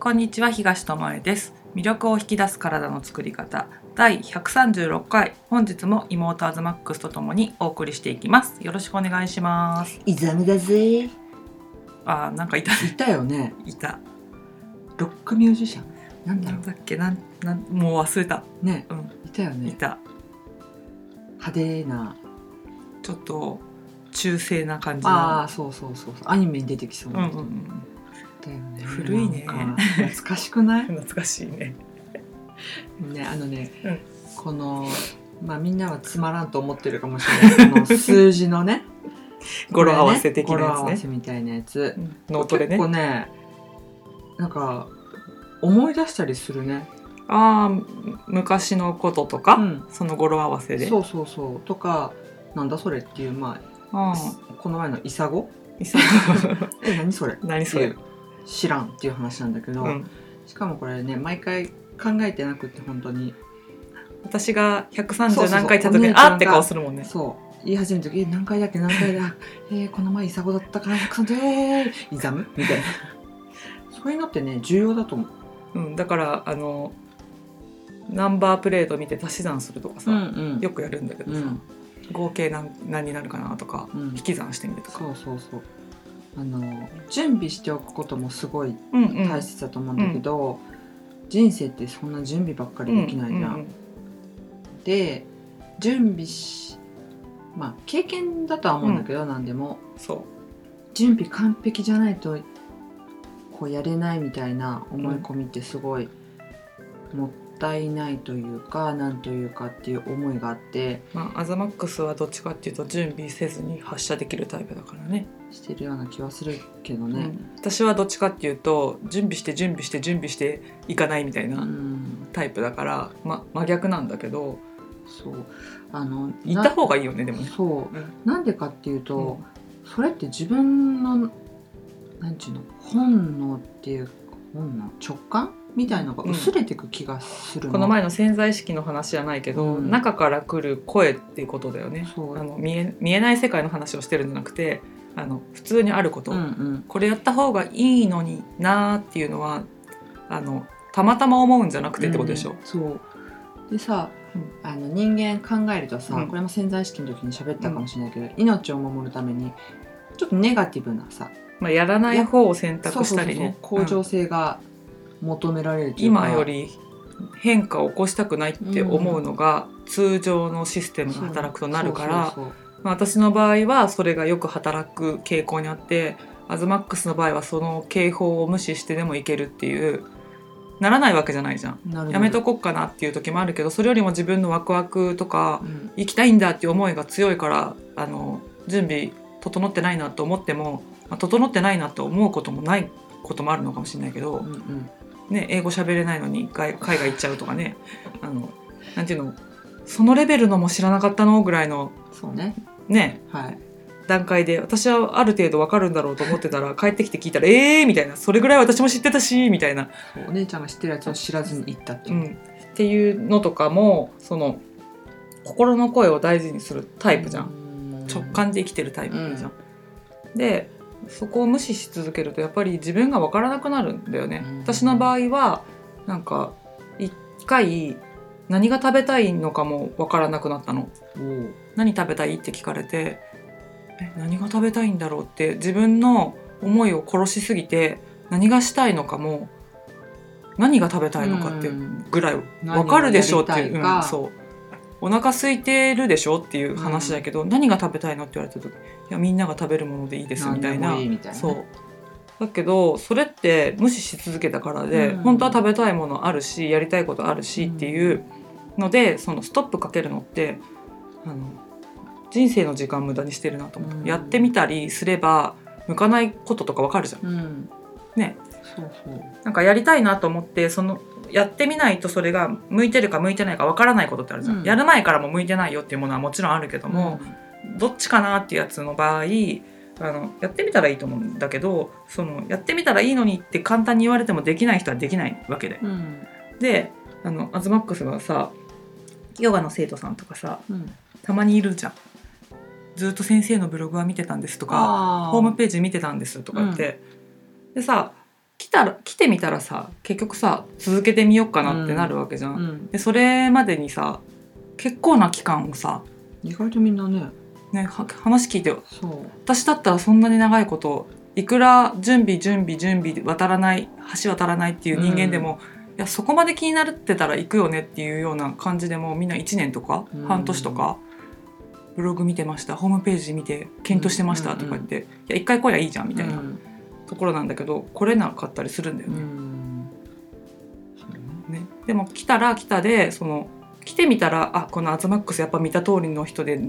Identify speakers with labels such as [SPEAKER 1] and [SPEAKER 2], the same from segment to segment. [SPEAKER 1] こんにちは東智恵です魅力を引き出す体の作り方第136回本日も妹アズマックスとともにお送りしていきますよろしくお願いします
[SPEAKER 2] イザムだぜい
[SPEAKER 1] あーなんかいた
[SPEAKER 2] たよね
[SPEAKER 1] いた
[SPEAKER 2] ロックミュージシャンなんだ
[SPEAKER 1] なん
[SPEAKER 2] ろ
[SPEAKER 1] だっけなんなんもう忘れた
[SPEAKER 2] うね
[SPEAKER 1] うん
[SPEAKER 2] いたよ
[SPEAKER 1] い
[SPEAKER 2] ね
[SPEAKER 1] た
[SPEAKER 2] 派手な
[SPEAKER 1] ちょっと中性な感じ
[SPEAKER 2] あ
[SPEAKER 1] の
[SPEAKER 2] あそうそうそうそうアニメに出てきそう
[SPEAKER 1] うん
[SPEAKER 2] な
[SPEAKER 1] うんうん
[SPEAKER 2] だよね
[SPEAKER 1] 古いね
[SPEAKER 2] なんか懐かしくない
[SPEAKER 1] 懐かしいね
[SPEAKER 2] ねあのね、
[SPEAKER 1] うん
[SPEAKER 2] このまあみんなはつまらんと思ってるかもしれな いこの数字のね
[SPEAKER 1] 語呂合わせ的なやつね
[SPEAKER 2] 語呂合わせみたいなやつ
[SPEAKER 1] うん脳トレね
[SPEAKER 2] 結構ねなんか思い出したりするね
[SPEAKER 1] ああ昔のこととか、
[SPEAKER 2] うん
[SPEAKER 1] その語呂合わせで
[SPEAKER 2] そうそうそうとかなんだそれっていうま
[SPEAKER 1] あ
[SPEAKER 2] あ、この前のイサゴ
[SPEAKER 1] ーい さ
[SPEAKER 2] え何それっ
[SPEAKER 1] 何そ
[SPEAKER 2] てい
[SPEAKER 1] れ
[SPEAKER 2] う知らんっていう話なんだけど、
[SPEAKER 1] うん、
[SPEAKER 2] しかもこれね毎回考えてなくって本当に
[SPEAKER 1] 私が
[SPEAKER 2] そうそう
[SPEAKER 1] 130
[SPEAKER 2] そう
[SPEAKER 1] 何回言った
[SPEAKER 2] お
[SPEAKER 1] 時
[SPEAKER 2] 姉
[SPEAKER 1] に
[SPEAKER 2] ちゃんが
[SPEAKER 1] あって顔するもんね
[SPEAKER 2] そう言い始めた時え何回だっけ何回 だえーこの前イサゴだったから130えーイザムみたいな そういうのってね重要だと思う、
[SPEAKER 1] うん、だからあのナンバープレート見て足し算するとかさ、
[SPEAKER 2] うん
[SPEAKER 1] よくやるんだけど
[SPEAKER 2] う
[SPEAKER 1] さ、
[SPEAKER 2] ん
[SPEAKER 1] 合計何何になるかなとか、
[SPEAKER 2] うん
[SPEAKER 1] 引き算してみるとか
[SPEAKER 2] そうそうそうあの準備しておくこともすごい
[SPEAKER 1] うんうん
[SPEAKER 2] 大切だと思うんだけど、人生ってそんな準備ばっかりできないじゃん、
[SPEAKER 1] うん
[SPEAKER 2] で準備しまあ経験だとは思うんだけど、何でも
[SPEAKER 1] そ
[SPEAKER 2] 準備完璧じゃないとこうやれないみたいな思い込みってすごいもったいないというかなんというかっていう思いがあって
[SPEAKER 1] うまあアザマックスはどっちかっていうと準備せずに発射できるタイプだからね
[SPEAKER 2] してるような気はするけど
[SPEAKER 1] う
[SPEAKER 2] ね。
[SPEAKER 1] ん私はどっちかっていうと準備して準備して準備していかないみたい
[SPEAKER 2] うん
[SPEAKER 1] なタイプだから、ま、真逆なんだけど
[SPEAKER 2] そうあの
[SPEAKER 1] 行った方がいいよねでもね。
[SPEAKER 2] そう
[SPEAKER 1] うん
[SPEAKER 2] なんでかっていうと、それって自分のなんちゅうの本能っていうか本能直感みたいのが薄れてく気がする
[SPEAKER 1] この前の潜在意識の話じゃないけど、
[SPEAKER 2] うん
[SPEAKER 1] 中から来る声っていうことだよね
[SPEAKER 2] そう
[SPEAKER 1] あの見え見えない世界の話をしてるんじゃなくてあの普通にあること、
[SPEAKER 2] うんうん
[SPEAKER 1] これやった方がいいのになーっていうのはあのたまたま思うんじゃなくてってことでしょ
[SPEAKER 2] うん、そうでさ、
[SPEAKER 1] うん
[SPEAKER 2] あの人間考えるとさ、
[SPEAKER 1] うん
[SPEAKER 2] これも潜在意識の時に喋ったかもしれないけど、命を守るためにちょっとネガティブなさ
[SPEAKER 1] まあ、やらない方を選択したり
[SPEAKER 2] そうそうそう
[SPEAKER 1] ね
[SPEAKER 2] 向
[SPEAKER 1] う
[SPEAKER 2] 上
[SPEAKER 1] ん
[SPEAKER 2] 性が求められるというか
[SPEAKER 1] 今より変化を起こしたくないって思うのが通常のシステムが働くとなるから、
[SPEAKER 2] そうそう
[SPEAKER 1] まあ、私の場合はそれがよく働く傾向にあってアズマックスの場合はその警報を無視してでもいけるっていうならないわけじゃないじゃん。
[SPEAKER 2] そうなるほど
[SPEAKER 1] やめとこっかなっていう時もあるけどそれよりも自分のワクワクとか
[SPEAKER 2] うん
[SPEAKER 1] 行きたいんだっていう思いが強いからあの準備整ってないなと思っても、まあ、整ってないなと思うこともないこともあるのかもしれないけど、
[SPEAKER 2] うんうん
[SPEAKER 1] ね、英語喋れないのに外海外行っちゃうとかねあのなんていうのそのレベルのも知らなかったのぐらいの
[SPEAKER 2] そうね
[SPEAKER 1] ね
[SPEAKER 2] はい
[SPEAKER 1] 段階で私はある程度わかるんだろうと思ってたら帰ってきて聞いたら「えー!」みたいな「それぐらい私も知ってたし」みたいな、
[SPEAKER 2] そうお姉ちゃんが知ってるやつを知らずに行ったって
[SPEAKER 1] う
[SPEAKER 2] いう、
[SPEAKER 1] ん、っていうのとかもその心の声を大事にするタイプじゃん
[SPEAKER 2] ん
[SPEAKER 1] 直感で生きてるタイプじゃん。でそこを無視し続けるとやっぱり自分がわからなくなるんだよね
[SPEAKER 2] うん。
[SPEAKER 1] 私の場合はなんか一回何が食べたいのかもわからなくなったの。
[SPEAKER 2] おう
[SPEAKER 1] 何食べたいって聞かれてえ何が食べたいんだろうって自分の思いを殺しすぎて何がしたいのかも何が食べたいのかって
[SPEAKER 2] うん
[SPEAKER 1] ぐらい分かるでしょっていう,、
[SPEAKER 2] 何をやりたいか
[SPEAKER 1] うんそうお腹空いてるでしょっていう話だけど、何が食べたいのって言われた時いやみんなが食べるものでいいですみたい
[SPEAKER 2] 何
[SPEAKER 1] な
[SPEAKER 2] でもいいみたいな
[SPEAKER 1] そうだけどそれって無視し続けたからで、
[SPEAKER 2] うん
[SPEAKER 1] 本当は食べたいものあるしやりたいことあるしっていうので、そのストップかけるのってあの人生の時間無駄にしてるなと思った、
[SPEAKER 2] うん
[SPEAKER 1] やってみたりすれば向かないこととかわかるじゃん。
[SPEAKER 2] うん
[SPEAKER 1] ね
[SPEAKER 2] そうそう
[SPEAKER 1] なんかやりたいなと思ってそのやってみないとそれが向いてるか向いてないかわからないことってあるじゃん、
[SPEAKER 2] うん
[SPEAKER 1] やる前からも向いてないよっていうものはもちろんあるけども、どっちかなっていうやつの場合あのやってみたらいいと思うんだけどそのやってみたらいいのにって簡単に言われてもできない人はできないわけで。
[SPEAKER 2] うん
[SPEAKER 1] であのアズマックスがさヨガの生徒さんとかさ
[SPEAKER 2] うん、
[SPEAKER 1] たまにいるじゃん。ずっと先生のブログは見てたんですとか
[SPEAKER 2] あ
[SPEAKER 1] ホームページ見てたんですとか言って、でさ来たら来てみたらさ結局さ続けてみようかなってなるわけじゃん、
[SPEAKER 2] うん、
[SPEAKER 1] でそれまでにさ結構な期間をさ、
[SPEAKER 2] 意外とみんなね
[SPEAKER 1] ね、は話聞いて
[SPEAKER 2] そう
[SPEAKER 1] 私だったらそんなに長いこといくら準備準備準備渡らない橋渡らないっていう人間でも、いやそこまで気になってたら行くよねっていうような感じでもうみんな1年とか
[SPEAKER 2] うん
[SPEAKER 1] 半年とか、ブログ見てましたホームページ見て検討してましたとか言って、いや一回来りゃいいじゃんみたいな
[SPEAKER 2] うん
[SPEAKER 1] ところなんだけど来れなかったりするんだよ
[SPEAKER 2] う
[SPEAKER 1] ね。
[SPEAKER 2] んそうね
[SPEAKER 1] ねでも来たら来たでその来てみたらあこのアズマックスやっぱ見た通りの人で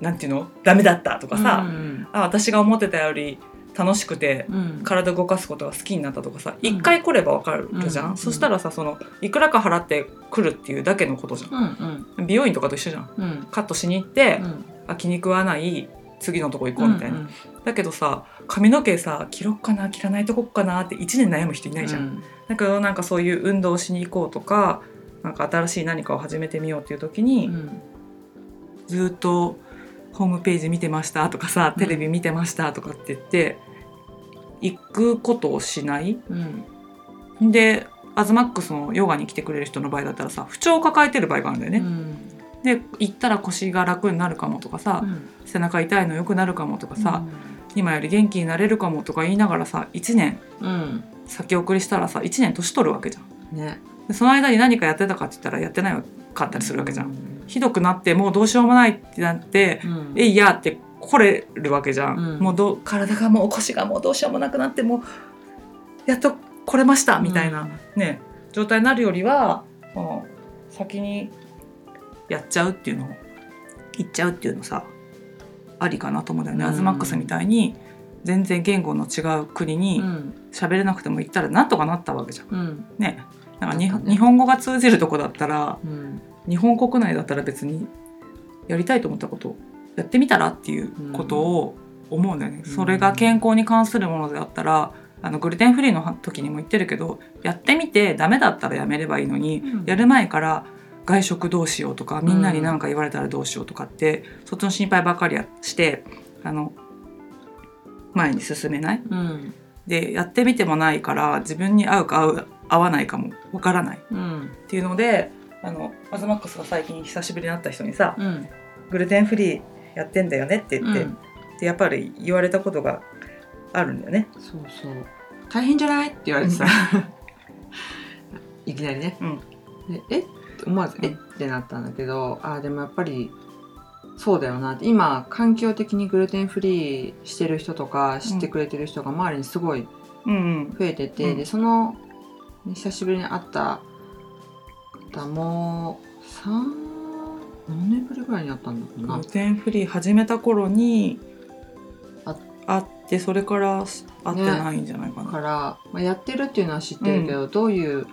[SPEAKER 1] なんていうのダメだったとかさ、
[SPEAKER 2] うん
[SPEAKER 1] あ私が思ってたより楽しくて
[SPEAKER 2] うん
[SPEAKER 1] 体動かすことが好きになったとかさ
[SPEAKER 2] うん
[SPEAKER 1] 一回来ればわかるじゃん、
[SPEAKER 2] うん
[SPEAKER 1] そしたらさそのいくらか払って来るっていうだけのことじゃ
[SPEAKER 2] うんうん
[SPEAKER 1] ん美容院とかと一緒じゃん
[SPEAKER 2] うん
[SPEAKER 1] カットしに行って、
[SPEAKER 2] うん
[SPEAKER 1] あ気に食わない次のとこ行こうみたいな、だけどさ髪の毛さ切ろっかな切らないとこかなって1年悩む人いないじゃん、
[SPEAKER 2] うん
[SPEAKER 1] だけどなんかそういう運動をしに行こうとかなんか新しい何かを始めてみようっていう時に、
[SPEAKER 2] うん
[SPEAKER 1] ずーっとホームページ見てましたとかさテレビ見てましたとかって言って、行くことをしない
[SPEAKER 2] うん
[SPEAKER 1] でアズマックスのヨガに来てくれる人の場合だったらさ不調を抱えてる場合があるんだよ
[SPEAKER 2] う
[SPEAKER 1] ね、
[SPEAKER 2] ん
[SPEAKER 1] で行ったら腰が楽になるかもとかさ、背中痛いの良くなるかもとかさ、今より元気になれるかもとか言いながらさ1年
[SPEAKER 2] うん
[SPEAKER 1] 先送りしたらさ1年年取るわけじゃん
[SPEAKER 2] ね
[SPEAKER 1] でその間に何かやってたかって言ったらやってないかったりするわけじゃん、
[SPEAKER 2] ん
[SPEAKER 1] ひどくなってもうどうしようもないってなって、
[SPEAKER 2] うん
[SPEAKER 1] えいやって来れるわけじゃん、
[SPEAKER 2] うん
[SPEAKER 1] もうどう体がもう腰がもうどうしようもなくなってもうやっと来れましたみたいな、ね状態になるよりはその先にやっちゃうっていうの行っちゃうっていうのさありかなと思うんだよね、
[SPEAKER 2] うん
[SPEAKER 1] アズマックスみたいに全然言語の違う国
[SPEAKER 2] う
[SPEAKER 1] に
[SPEAKER 2] ん
[SPEAKER 1] 喋れなくても行ったらなんとかなったわけじゃん
[SPEAKER 2] うん
[SPEAKER 1] ねなんかに
[SPEAKER 2] そうだね
[SPEAKER 1] 日本語が通じるとこだったら
[SPEAKER 2] うん
[SPEAKER 1] 日本国内だったら別にやりたいと思ったことやってみたらっていうことを思うんだよね、
[SPEAKER 2] うん
[SPEAKER 1] それが健康に関するものであったらあのグルテンフリーの時にも言ってるけどやってみてダメだったらやめればいいのに、
[SPEAKER 2] うん
[SPEAKER 1] やる前から外食どうしようとかみんなに何か言われたらどうしようとかって、そっちの心配ばっかりやしてあの前に進めない
[SPEAKER 2] うん
[SPEAKER 1] でやってみてもないから自分に合うか合う合わないかもわからない
[SPEAKER 2] うん
[SPEAKER 1] っていうのであのアズマックスが最近久しぶりに会った人にさ
[SPEAKER 2] うん
[SPEAKER 1] 「グルテンフリーやってんだよね」って言って、
[SPEAKER 2] うん
[SPEAKER 1] でやっぱり言われたことがあるんだよね。
[SPEAKER 2] そうそう大変じゃないって言われてさいきなりね、
[SPEAKER 1] うん
[SPEAKER 2] でえって思わず
[SPEAKER 1] うん
[SPEAKER 2] えってなったんだけどあーでもやっぱりそうだよなって今環境的にグルテンフリーしてる人とか知ってくれてる人が周りにすごい
[SPEAKER 1] うん
[SPEAKER 2] 増えてて、
[SPEAKER 1] うん
[SPEAKER 2] でその久しぶりに会った方も3何年ぶりぐらいに会ったんだろ
[SPEAKER 1] う、
[SPEAKER 2] うんな
[SPEAKER 1] グルテンフリー始めた頃に
[SPEAKER 2] あ
[SPEAKER 1] 会ってそれから会ってないんじゃないか
[SPEAKER 2] だ
[SPEAKER 1] な。
[SPEAKER 2] から、まあ、やってるっていうのは知ってるけど、どういう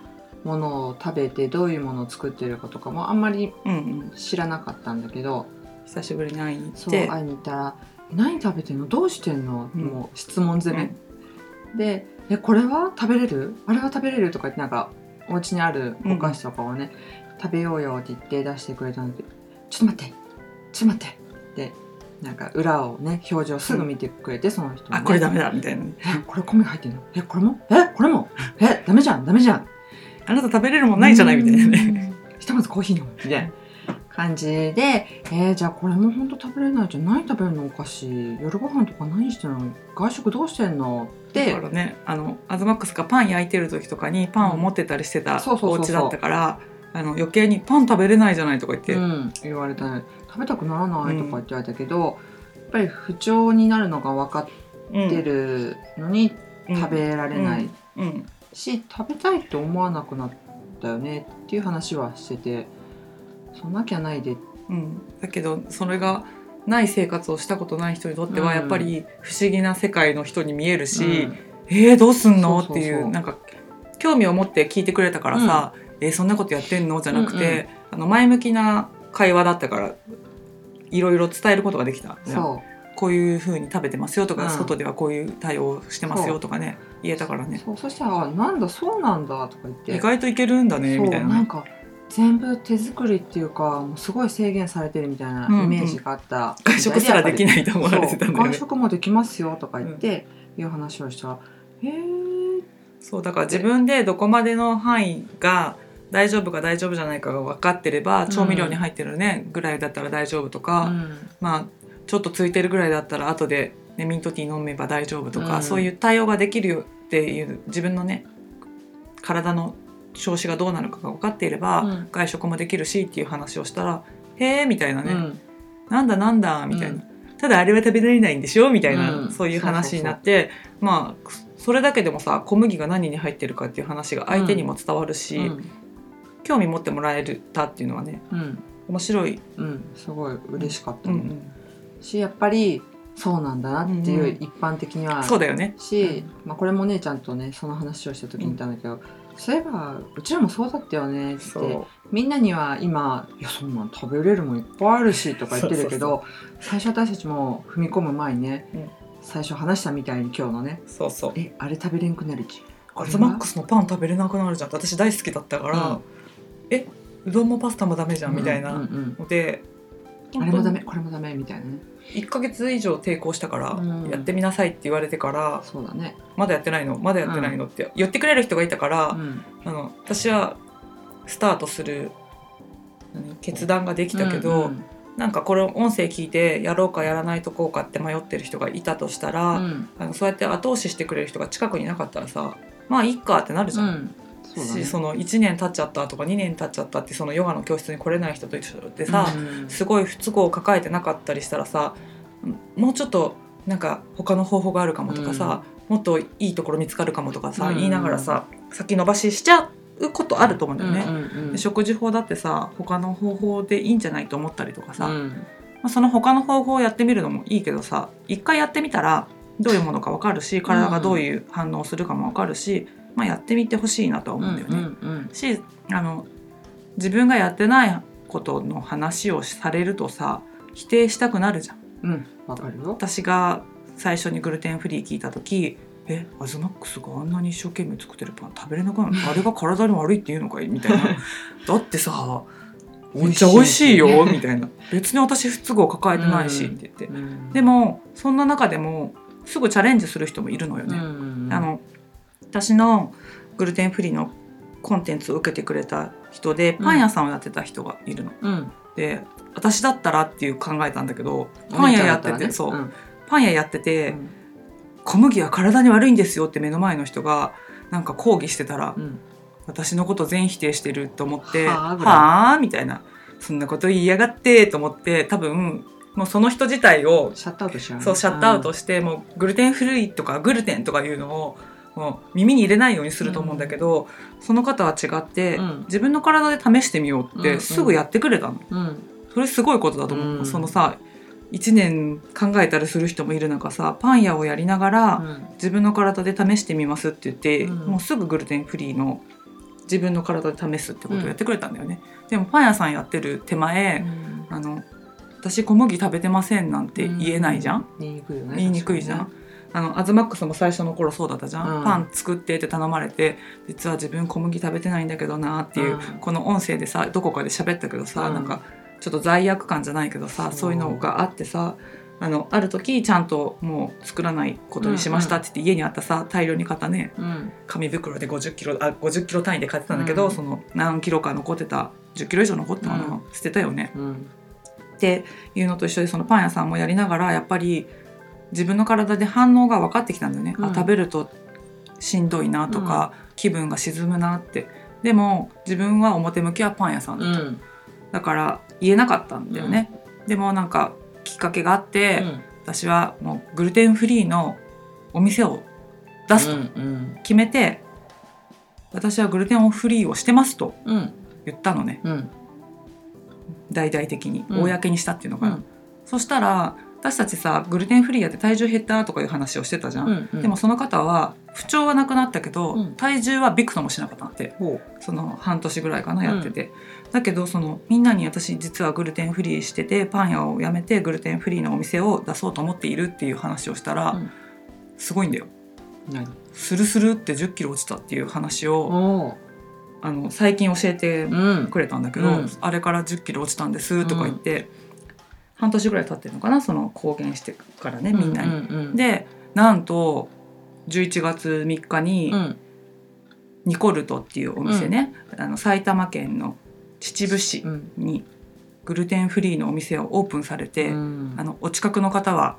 [SPEAKER 2] ものを食べてどういうものを作ってるかとかもあんまり
[SPEAKER 1] うんうん、
[SPEAKER 2] 知らなかったんだけど
[SPEAKER 1] 久しぶりに会いに行
[SPEAKER 2] そ
[SPEAKER 1] っ
[SPEAKER 2] う
[SPEAKER 1] て
[SPEAKER 2] 会いに行ったら「何食べてんのどうしてんの?」
[SPEAKER 1] うん
[SPEAKER 2] もう質問攻め、で「えこれは食べれるあれは食べれる?」とか言ってなんかお家にあるお菓子とかをね、食べようよって言って出してくれたんで「ちょっと待ってちょっと待って」ってなんか裏をね表情すぐ見てくれて、その人もね
[SPEAKER 1] あこれダメだみたいな
[SPEAKER 2] えこれ米入ってんのえこれもえこれもえダメじゃんダメじゃん
[SPEAKER 1] あなた食べれるもんないじゃないみたいな ね。
[SPEAKER 2] ねひとまずコーヒー飲むみたいな感じでえーじゃあこれも本当食べれないじゃん何食べるのお菓子夜ご飯とか何してんの外食どうしてんのっ
[SPEAKER 1] だ
[SPEAKER 2] て
[SPEAKER 1] からねあのアズマックスがパン焼いてる時とかにパンを持ってたりして
[SPEAKER 2] うん
[SPEAKER 1] た
[SPEAKER 2] そうそう
[SPEAKER 1] お
[SPEAKER 2] そうそう
[SPEAKER 1] 家だったから、あの余計に「パン食べれないじゃない」とか言って、
[SPEAKER 2] うん、言われたね食べたくならないとか言って言われたけど、やっぱり不調になるのが分かってるのに
[SPEAKER 1] うん
[SPEAKER 2] 食べられない
[SPEAKER 1] うん
[SPEAKER 2] し食べたいと思わなくなったよねっていう話はしててそんなきゃないで
[SPEAKER 1] うん、だけどそれがない生活をしたことない人にとっては
[SPEAKER 2] うん
[SPEAKER 1] やっぱり不思議な世界の人に見えるし、
[SPEAKER 2] うん
[SPEAKER 1] えー、どうすんのっ
[SPEAKER 2] そうそうそう
[SPEAKER 1] ていうなんか興味を持って聞いてくれたからさ、えーそんなことやってんのじゃなくて、あの前向きな会話だったからいろいろ伝えることができたじゃん
[SPEAKER 2] そう
[SPEAKER 1] こういうふうに食べてますよとか、
[SPEAKER 2] うん
[SPEAKER 1] 外ではこういう対応してますよとかね言えたからね
[SPEAKER 2] そうそしたら「あなんだそうなんだ」とか言って
[SPEAKER 1] 意外といけるんだね
[SPEAKER 2] そう
[SPEAKER 1] みたいな
[SPEAKER 2] なん
[SPEAKER 1] ね
[SPEAKER 2] か全部手作りっていうかもうすごい制限されてるみたいな
[SPEAKER 1] うんうん
[SPEAKER 2] イメージがあった、
[SPEAKER 1] 外食すらでき
[SPEAKER 2] い
[SPEAKER 1] ないと思われてたんだよ
[SPEAKER 2] 外
[SPEAKER 1] ね。
[SPEAKER 2] 食もできますよとか言って、いう話をしたら「へえ
[SPEAKER 1] そうだから自分でどこまでの範囲が大丈夫か大丈夫じゃないかが分かってれば
[SPEAKER 2] ん
[SPEAKER 1] 調味料に入ってるねぐらいだったら大丈夫と
[SPEAKER 2] う
[SPEAKER 1] か、
[SPEAKER 2] ん
[SPEAKER 1] まあちょっとついてるぐらいだったら後でねミントティー飲めば大丈夫とか、
[SPEAKER 2] うん
[SPEAKER 1] そういう対応ができるよっていう自分のね体の調子がどうなのかが分かっていれば、
[SPEAKER 2] うん
[SPEAKER 1] 外食もできるしっていう話をしたら「へえ」みたいなね、
[SPEAKER 2] うん
[SPEAKER 1] なんだなんだみたいな、ただあれは食べられないんでしょみたいな、
[SPEAKER 2] うん
[SPEAKER 1] そういう話になってまあそれだけでもさ小麦が何に入ってるかっていう話が相手にも伝わるし、
[SPEAKER 2] うん
[SPEAKER 1] 興味持ってもらえたっていうのはね
[SPEAKER 2] うん
[SPEAKER 1] 面白い、
[SPEAKER 2] うんすごい嬉しかった
[SPEAKER 1] うん
[SPEAKER 2] ね、
[SPEAKER 1] う
[SPEAKER 2] しやっぱりそうなんだなっていううん一般的には、
[SPEAKER 1] ん、そうだよね。
[SPEAKER 2] し、まあ、これも姉ちゃんとねその話をした時に言ったんだけど、そういえばうちらもそうだったよねって
[SPEAKER 1] そう
[SPEAKER 2] みんなには今「いやそんなん食べれるもんいっぱいあるし」とか言ってるけど最初私たちも踏み込む前にね、
[SPEAKER 1] うん
[SPEAKER 2] 最初話したみたいに今日のね
[SPEAKER 1] そうそう
[SPEAKER 2] 「えあれ食べれんくなるき」
[SPEAKER 1] アズマックスのパン食べれなくなるじゃんって私大好きだったから、
[SPEAKER 2] うん
[SPEAKER 1] えうどんもパスタもダメじゃんみたい
[SPEAKER 2] うんう
[SPEAKER 1] なんので、
[SPEAKER 2] うんあれもダメこれもダメみたいなね
[SPEAKER 1] 1ヶ月以上抵抗したから、
[SPEAKER 2] うん
[SPEAKER 1] やってみなさいって言われてから
[SPEAKER 2] そうだね、
[SPEAKER 1] まだやってないのまだやってないのって言ってくれる人がいたから、
[SPEAKER 2] うん
[SPEAKER 1] あの私はスタートする何決断ができたけど、
[SPEAKER 2] うん
[SPEAKER 1] なんかこれを音声聞いてやろうかやらないとこうかって迷ってる人がいたとしたら、
[SPEAKER 2] うん
[SPEAKER 1] あのそうやって後押ししてくれる人が近くにいなかったらさまあいいかってなるじ
[SPEAKER 2] う
[SPEAKER 1] ゃん。
[SPEAKER 2] んそうだね
[SPEAKER 1] しその1年経っちゃったとか2年経っちゃったってそのヨガの教室に来れない人と一緒でさ、
[SPEAKER 2] うん
[SPEAKER 1] すごい不都合を抱えてなかったりしたらさもうちょっとなんか他の方法があるかもとかさ、もっといいところ見つかるかもとかさ、
[SPEAKER 2] うん
[SPEAKER 1] 言いながらさ先延ばししちゃうことあると思うんだよね。
[SPEAKER 2] うんうんうん
[SPEAKER 1] で食事法だってさ他の方法でいいんじゃないと思ったりとかさ、
[SPEAKER 2] う
[SPEAKER 1] ま
[SPEAKER 2] ん
[SPEAKER 1] あ、その他の方法をやってみるのもいいけどさ一回やってみたらどういうものか分かるし体がどういう反応をするかも分かるし、まあ、やってみてほしいなとは思うんだよね。
[SPEAKER 2] うんうん
[SPEAKER 1] しあの自分がやってないことの話をされるとさ否定したくなるじゃん
[SPEAKER 2] うんうんわかるよ
[SPEAKER 1] 私が最初にグルテンフリー聞いた時「えアズマックスがあんなに一生懸命作ってるパン食べれなくなるのあれが体に悪いって言うのかい?」みたい な「だってさめっちゃ美味しいよ」みたいな「別に私不都合抱えてないし」
[SPEAKER 2] う
[SPEAKER 1] っ
[SPEAKER 2] ん
[SPEAKER 1] て言って
[SPEAKER 2] うん
[SPEAKER 1] でもそんな中でもすぐチャレンジする人もいるのよ
[SPEAKER 2] うん
[SPEAKER 1] ね。
[SPEAKER 2] うん
[SPEAKER 1] あの私のグルテンフリーのコンテンツを受けてくれた人で
[SPEAKER 2] うん
[SPEAKER 1] パン屋さんをやってた人がいるの。
[SPEAKER 2] うん
[SPEAKER 1] で私だったらっていう考えたんだけどパン屋やってて、そう、
[SPEAKER 2] ん
[SPEAKER 1] パン屋やってて、
[SPEAKER 2] うん
[SPEAKER 1] 小麦は体に悪いんですよって目の前の人がなんか抗議してたら、
[SPEAKER 2] うん
[SPEAKER 1] 私のこと全否定してると思って「
[SPEAKER 2] はあ
[SPEAKER 1] はあ?」みたいな「そんなこと言いやがって」と思って多分もうその人自体を
[SPEAKER 2] シャットアウトしちゃうね
[SPEAKER 1] そうシャットアウトして、もうグルテンフリーとかグルテンとかいうのをもう耳に入れないようにすると思うんだけど、その方は違って、
[SPEAKER 2] うん
[SPEAKER 1] 自分の体で試してみようっ
[SPEAKER 2] うんう
[SPEAKER 1] て
[SPEAKER 2] ん
[SPEAKER 1] すぐやってくれたの、
[SPEAKER 2] うん
[SPEAKER 1] それすごいことだと思う、
[SPEAKER 2] うん
[SPEAKER 1] そのさ1年考えたりする人もいる中さパン屋をやりながら、
[SPEAKER 2] うん
[SPEAKER 1] 自分の体で試してみますって言って、
[SPEAKER 2] うん
[SPEAKER 1] もうすぐグルテンフリーの自分の体で試すってことをやってくれたんだよね、でもパン屋さんやってる手前、あの私小麦食べてませんなんて言えないじゃん、
[SPEAKER 2] 言いにくいよね
[SPEAKER 1] 言いにくいじゃん。あのアズマックスも最初の頃そうだったじゃん、
[SPEAKER 2] うん
[SPEAKER 1] パン作ってって頼まれて実は自分小麦食べてないんだけどなっていう、
[SPEAKER 2] うん
[SPEAKER 1] この音声でさどこかで喋ったけどさ、
[SPEAKER 2] うん
[SPEAKER 1] なんかちょっと罪悪感じゃないけどさ
[SPEAKER 2] そう
[SPEAKER 1] そういうのがあってさあのある時ちゃんともう作らないことにしましたって言って、家にあったさ大量に買ったね
[SPEAKER 2] うん
[SPEAKER 1] 紙袋で50キロあ50キロ単位で買ってたんだけど、
[SPEAKER 2] うん
[SPEAKER 1] その何キロか残ってた10キロ以上残ったのかな、
[SPEAKER 2] うん
[SPEAKER 1] 捨てたよね。
[SPEAKER 2] うん
[SPEAKER 1] っていうのと一緒でそのパン屋さんもやりながらやっぱり自分の体で反応が分かってきたんだよね、
[SPEAKER 2] うん
[SPEAKER 1] あ食べるとしんどいなとか、気分が沈むなってでも自分は表向きはパン屋さんだ,、
[SPEAKER 2] うん
[SPEAKER 1] だから言えなかったんだよね、でもなんかきっかけがあって、私はもうグルテンフリーのお店を出す
[SPEAKER 2] う
[SPEAKER 1] と
[SPEAKER 2] んうん
[SPEAKER 1] 決めて、私はグルテンフリーをしてますと
[SPEAKER 2] うん
[SPEAKER 1] 言ったのね
[SPEAKER 2] うん
[SPEAKER 1] 大々的に、
[SPEAKER 2] うん
[SPEAKER 1] 公にしたっていうのかな、
[SPEAKER 2] うん
[SPEAKER 1] そしたら私たちさグルテンフリーやって体重減ったとかいう話をしてたじゃん、
[SPEAKER 2] うん
[SPEAKER 1] でもその方は不調はなくなったけど、
[SPEAKER 2] うん
[SPEAKER 1] 体重はびくともしなかったんだって
[SPEAKER 2] ほ
[SPEAKER 1] その半年ぐらいかなやってて、だけどそのみんなに私実はグルテンフリーしててパン屋を辞めてグルテンフリーのお店を出そうと思っているっていう話をしたら、
[SPEAKER 2] うん
[SPEAKER 1] すごいんだよ
[SPEAKER 2] う何
[SPEAKER 1] スルスルって1 0キロ落ちたっていう話を、
[SPEAKER 2] おう
[SPEAKER 1] あの最近教えて
[SPEAKER 2] うん
[SPEAKER 1] くれたんだけど、
[SPEAKER 2] うん
[SPEAKER 1] あれから1 0キロ落ちたんですとか言って、半年ぐらい経ってるのかなその公言してからねみんなに。
[SPEAKER 2] うんうんうん
[SPEAKER 1] でなんと11月3日に
[SPEAKER 2] うん
[SPEAKER 1] ニコルトっていうお店ね、あの埼玉県の秩父市
[SPEAKER 2] うん
[SPEAKER 1] にグルテンフリーのお店をオープンされて、
[SPEAKER 2] うん
[SPEAKER 1] あのお近くの方は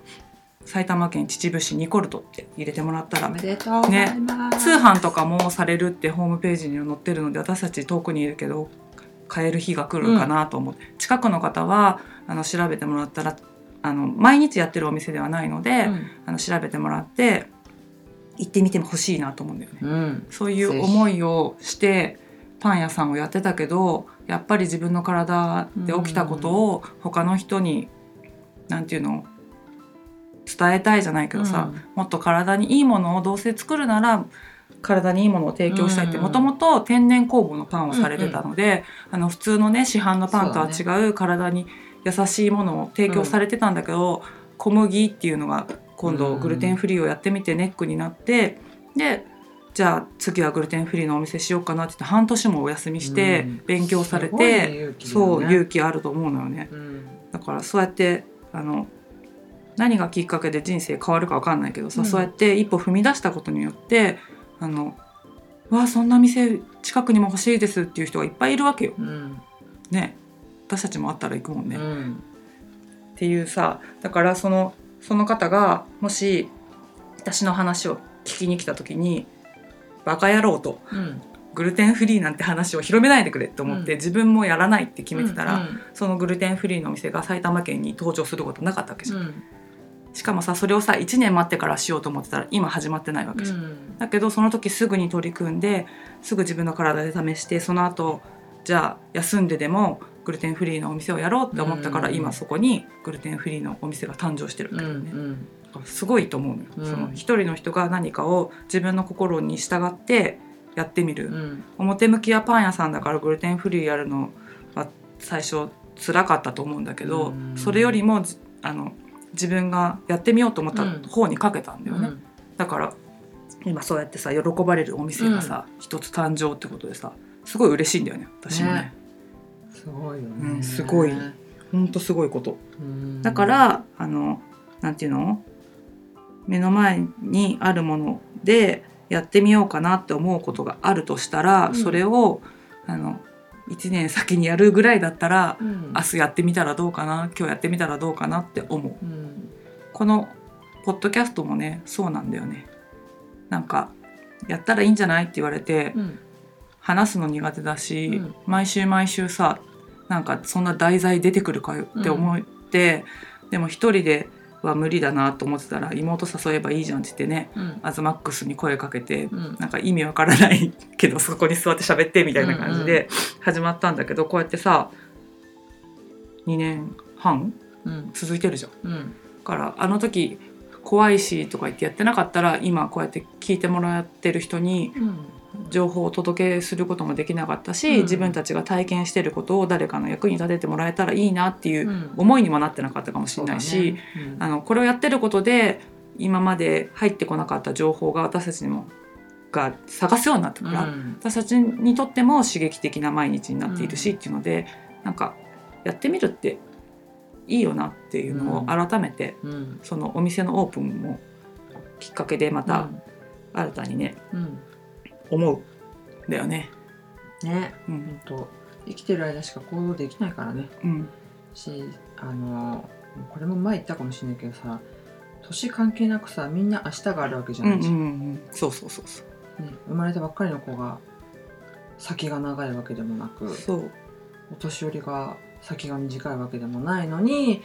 [SPEAKER 1] 埼玉県秩父市ニコルトって入れてもらった
[SPEAKER 2] お
[SPEAKER 1] ら
[SPEAKER 2] めでとうございます、
[SPEAKER 1] 通販とかもされるってホームページに載ってるので私たち遠くにいるけど買える日が来るかなと思って、近くの方はあの調べてもらったらあの毎日やってるお店ではないので、あの調べてもらって行ってみてほしいなと思うんだよね。
[SPEAKER 2] うん、うん
[SPEAKER 1] そういう思いをしてパン屋さんをやってたけどやっぱり自分の体で起きたことを他の人になんていうの伝えたいじゃないけどさ、もっと体にいいものをどうせ作るなら体にいいものを提供したいって
[SPEAKER 2] うんう
[SPEAKER 1] も
[SPEAKER 2] ん
[SPEAKER 1] ともと天然酵母のパンをされてたので、あの普通のね市販のパンとは
[SPEAKER 2] そ
[SPEAKER 1] 違
[SPEAKER 2] う
[SPEAKER 1] う体に優しいものを提供されてたんだけど、小麦っていうのが今度
[SPEAKER 2] うん
[SPEAKER 1] グルテンフリーをやってみてネックになってでじゃあ次はグルテンフリーのお店しようかなって言って半年もお休みして
[SPEAKER 2] うん
[SPEAKER 1] 勉強され
[SPEAKER 2] すごい
[SPEAKER 1] て、
[SPEAKER 2] 勇気だ
[SPEAKER 1] そ
[SPEAKER 2] よ
[SPEAKER 1] う
[SPEAKER 2] ね
[SPEAKER 1] 勇気あると思うのよね。
[SPEAKER 2] うん
[SPEAKER 1] だからそうやってあの何がきっかけで人生変わるか分かんないけどさ、
[SPEAKER 2] うん
[SPEAKER 1] そうやって一歩踏み出したことによってあのわあそんな店近くにも欲しいですっていう人がいっぱいいるわけよ。
[SPEAKER 2] うん
[SPEAKER 1] ね私たちもあったら行くもんね。
[SPEAKER 2] うん
[SPEAKER 1] っていうさだからそのその方がもし私の話を聞きに来た時に「バカ野郎」と
[SPEAKER 2] うん
[SPEAKER 1] 「グルテンフリーなんて話を広めないでくれ」と思って、
[SPEAKER 2] うん
[SPEAKER 1] 自分もやらないって決めてたら、
[SPEAKER 2] うん
[SPEAKER 1] そのグルテンフリーのお店が埼玉県に登場することなかったわけじゃん
[SPEAKER 2] うん
[SPEAKER 1] しかもさそれをさ1年待ってからしようと思ってたら今始まってないわけじゃん、
[SPEAKER 2] うん
[SPEAKER 1] だけどその時すぐに取り組んですぐ自分の体で試してその後じゃあ休んででもグルテンフリーのお店をやろうって思ったから、
[SPEAKER 2] うん
[SPEAKER 1] 今そこにグルテンフリーのお店が誕生してるわ
[SPEAKER 2] う
[SPEAKER 1] けだよね、
[SPEAKER 2] ん
[SPEAKER 1] すごいと思うのよ、
[SPEAKER 2] うん
[SPEAKER 1] その一人の人が何かを自分の心に従ってやってみる、
[SPEAKER 2] うん
[SPEAKER 1] 表向きはパン屋さんだからグルテンフリーやるのは最初辛かったと思うんだけど、
[SPEAKER 2] うん
[SPEAKER 1] それよりもじあの自分がやってみようと思った
[SPEAKER 2] うん
[SPEAKER 1] 方にかけたんだよね、
[SPEAKER 2] うん
[SPEAKER 1] だから今そうやってさ喜ばれるお店がさ、一つ誕生ってことでさすごい嬉しいんだよね私もね
[SPEAKER 2] ねすごいよね、
[SPEAKER 1] うんすごいほんとすごいこと
[SPEAKER 2] うん
[SPEAKER 1] だから、あのなんていうの目の前にあるものでやってみようかなって思うことがあるとしたら、
[SPEAKER 2] うん
[SPEAKER 1] それをあの1年先にやるぐらいだったら
[SPEAKER 2] うん
[SPEAKER 1] 明日やってみたらどうかな今日やってみたらどうかなって思う
[SPEAKER 2] うん
[SPEAKER 1] このポッドキャストもねそうなんだよねなんかやったらいいんじゃないって言われて、
[SPEAKER 2] うん
[SPEAKER 1] 話すの苦手だし、
[SPEAKER 2] うん
[SPEAKER 1] 毎週毎週さなんかそんな題材出てくるかよって思って、でも一人では無理だなと思ってたら妹誘えばいいじゃんって言ってね
[SPEAKER 2] うん
[SPEAKER 1] アズマックスに声かけて
[SPEAKER 2] うん
[SPEAKER 1] なんか意味わからない けどそこに座って喋ってみたいな感じで始まったんだけど、こうやってさ2年半
[SPEAKER 2] うん
[SPEAKER 1] 続いてるじゃん。
[SPEAKER 2] うん
[SPEAKER 1] だからあの時怖いしとか言ってやってなかったら今こうやって聞いてもらってる人に
[SPEAKER 2] うん
[SPEAKER 1] 情報をお届けすることもできなかったし、
[SPEAKER 2] うん
[SPEAKER 1] 自分たちが体験してることを誰かの役に立ててもらえたらいいなっていう
[SPEAKER 2] うん
[SPEAKER 1] 思いにもなってなかったかもしれないし、
[SPEAKER 2] そうだ
[SPEAKER 1] あ
[SPEAKER 2] ね
[SPEAKER 1] のこれをやってることで今まで入ってこなかった情報が私たちにもが探すようになった
[SPEAKER 2] う
[SPEAKER 1] か
[SPEAKER 2] ん
[SPEAKER 1] ら、私たちにとっても刺激的な毎日になっているし、
[SPEAKER 2] う
[SPEAKER 1] っていうのでなんかやってみるっていいよなっていうのを改めて、
[SPEAKER 2] うんうん
[SPEAKER 1] そのお店のオープンもきっかけでまた新たにね、
[SPEAKER 2] うん
[SPEAKER 1] 思うんだよね。
[SPEAKER 2] ね
[SPEAKER 1] うん
[SPEAKER 2] 本当生きてる間しか行動できないからね
[SPEAKER 1] うん、
[SPEAKER 2] しあのこれも前言ったかもしれないけどさ年関係なくさみんな明日があるわけじゃ
[SPEAKER 1] うん
[SPEAKER 2] な
[SPEAKER 1] う
[SPEAKER 2] い
[SPEAKER 1] ん
[SPEAKER 2] じ
[SPEAKER 1] う
[SPEAKER 2] ゃん、
[SPEAKER 1] ん、そうそうそうそ
[SPEAKER 2] ね、生まれたばっかりの子が先が長いわけでもなく
[SPEAKER 1] う。そう、
[SPEAKER 2] お年寄りが先が短いわけでもないのに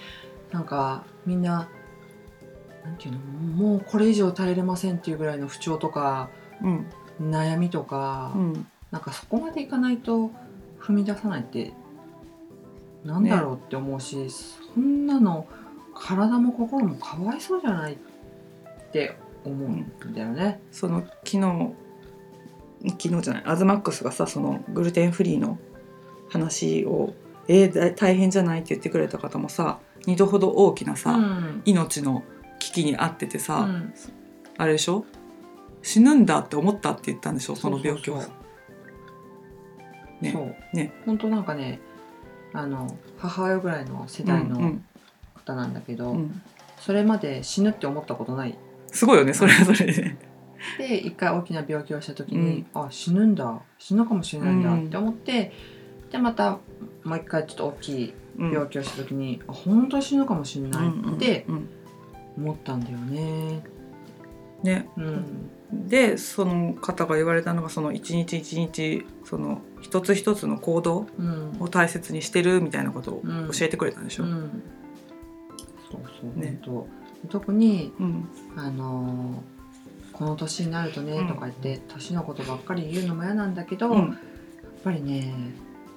[SPEAKER 2] なんかみんななんていうのもうこれ以上耐えれませんっていうぐらいの不調とか
[SPEAKER 1] うん、
[SPEAKER 2] 悩みとか、
[SPEAKER 1] うん、
[SPEAKER 2] なんかそこまでいかないと踏み出さないってなんだろうって思うし、そんなの体も心もかわいそうじゃないって思うんだよね。
[SPEAKER 1] その昨日。昨日じゃない、アズマックスがさ、そのグルテンフリーの話を。えー、だ大変じゃないって言ってくれた方もさ、二度ほど大きなさ、
[SPEAKER 2] うん
[SPEAKER 1] 命の危機にあっててさ、
[SPEAKER 2] うん
[SPEAKER 1] あれでしょ。死ぬんだって思ったって言ったんでしょ、その病気を。
[SPEAKER 2] そううそうそう
[SPEAKER 1] ね
[SPEAKER 2] そう
[SPEAKER 1] ね
[SPEAKER 2] 本当なんかねあの母親ぐらいの世代
[SPEAKER 1] んう
[SPEAKER 2] の
[SPEAKER 1] ん
[SPEAKER 2] 方なんだけど、
[SPEAKER 1] うん、
[SPEAKER 2] それまで死ぬって思ったことない
[SPEAKER 1] すごいよね、それはそれで。
[SPEAKER 2] で一回大きな病気をした時
[SPEAKER 1] うん
[SPEAKER 2] に、あ死ぬんだ死ぬかもしれないんだ
[SPEAKER 1] うん
[SPEAKER 2] って思って、でまたもう一回ちょっと大きい
[SPEAKER 1] うん
[SPEAKER 2] 病気をした時に、あ本当に死ぬかもしれないって
[SPEAKER 1] うんうん
[SPEAKER 2] 思ったんだよね。
[SPEAKER 1] ね、
[SPEAKER 2] うん
[SPEAKER 1] でその方が言われたのがその一日一日その一つ一つの行動
[SPEAKER 2] うん
[SPEAKER 1] を大切にしてるみたいなことを
[SPEAKER 2] うん
[SPEAKER 1] 教えてくれたんでしょ。
[SPEAKER 2] う
[SPEAKER 1] うん
[SPEAKER 2] ん、そうそう、
[SPEAKER 1] ね
[SPEAKER 2] 本当特に、
[SPEAKER 1] うん
[SPEAKER 2] あのーこの年になるとね」とか言って、年のことばっかり言うのも嫌なんだけど、やっぱりね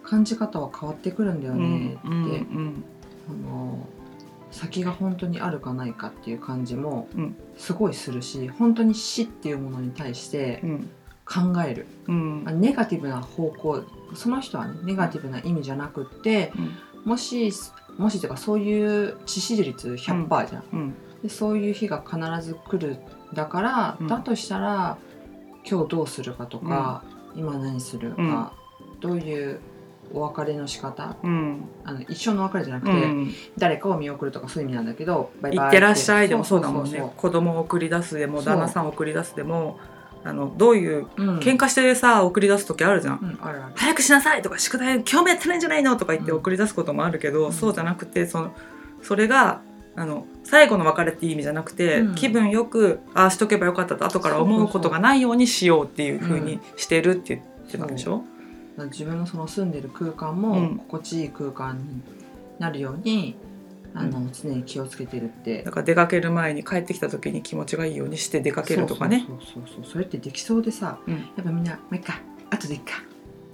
[SPEAKER 2] 感じ方は変わってくるんだよ
[SPEAKER 1] うん
[SPEAKER 2] ねって、
[SPEAKER 1] うんうん
[SPEAKER 2] あのー先が本当にあるかないかっていう感じも
[SPEAKER 1] うん
[SPEAKER 2] すごいするし、本当に死っていうものに対して
[SPEAKER 1] うん
[SPEAKER 2] 考える、
[SPEAKER 1] うん
[SPEAKER 2] まあネガティブな方向その人はねネガティブな意味じゃなくってもしもしというかそういう致死率100%じゃん、
[SPEAKER 1] うん
[SPEAKER 2] でそういう日が必ず来るだから、
[SPEAKER 1] うん
[SPEAKER 2] だとしたら今日どうするかとか、今何するか、どういうお別れの仕方
[SPEAKER 1] うん
[SPEAKER 2] あの一生の別れじゃなく
[SPEAKER 1] う
[SPEAKER 2] て、
[SPEAKER 1] ん
[SPEAKER 2] 誰かを見送るとかそういう意味なんだけど「バイ
[SPEAKER 1] 行
[SPEAKER 2] バイ
[SPEAKER 1] ってらっしゃいでもそうだもん
[SPEAKER 2] そ
[SPEAKER 1] ね
[SPEAKER 2] う
[SPEAKER 1] 子供を送り出すでも
[SPEAKER 2] そう
[SPEAKER 1] 旦那さんを送り出すでもあのどういう
[SPEAKER 2] そうそううん
[SPEAKER 1] 喧嘩してさ送り出す時あるじゃん。
[SPEAKER 2] うんあるある
[SPEAKER 1] 早くしなさいとか宿題今日もやってないんじゃないのとか言って
[SPEAKER 2] うん
[SPEAKER 1] 送り出すこともあるけど、
[SPEAKER 2] うん
[SPEAKER 1] そうじゃなくてそのそれがあの最後の別れっていう意味じゃなくて、
[SPEAKER 2] うん
[SPEAKER 1] 気分よくああしとけばよかったと後から思うことがないようにしようっていうふうにしてるって言ってたんでしょ、
[SPEAKER 2] 自分のその住んでる空間
[SPEAKER 1] うん
[SPEAKER 2] も心地いい空間になるように、あの常に気をつけてるって
[SPEAKER 1] だから出かける前に帰ってきた時に気持ちがいいようにして出かけるとかね
[SPEAKER 2] そうそうそうそうそれってできそうでさ、
[SPEAKER 1] うん
[SPEAKER 2] やっぱみんな「まあいっかあとでいっか」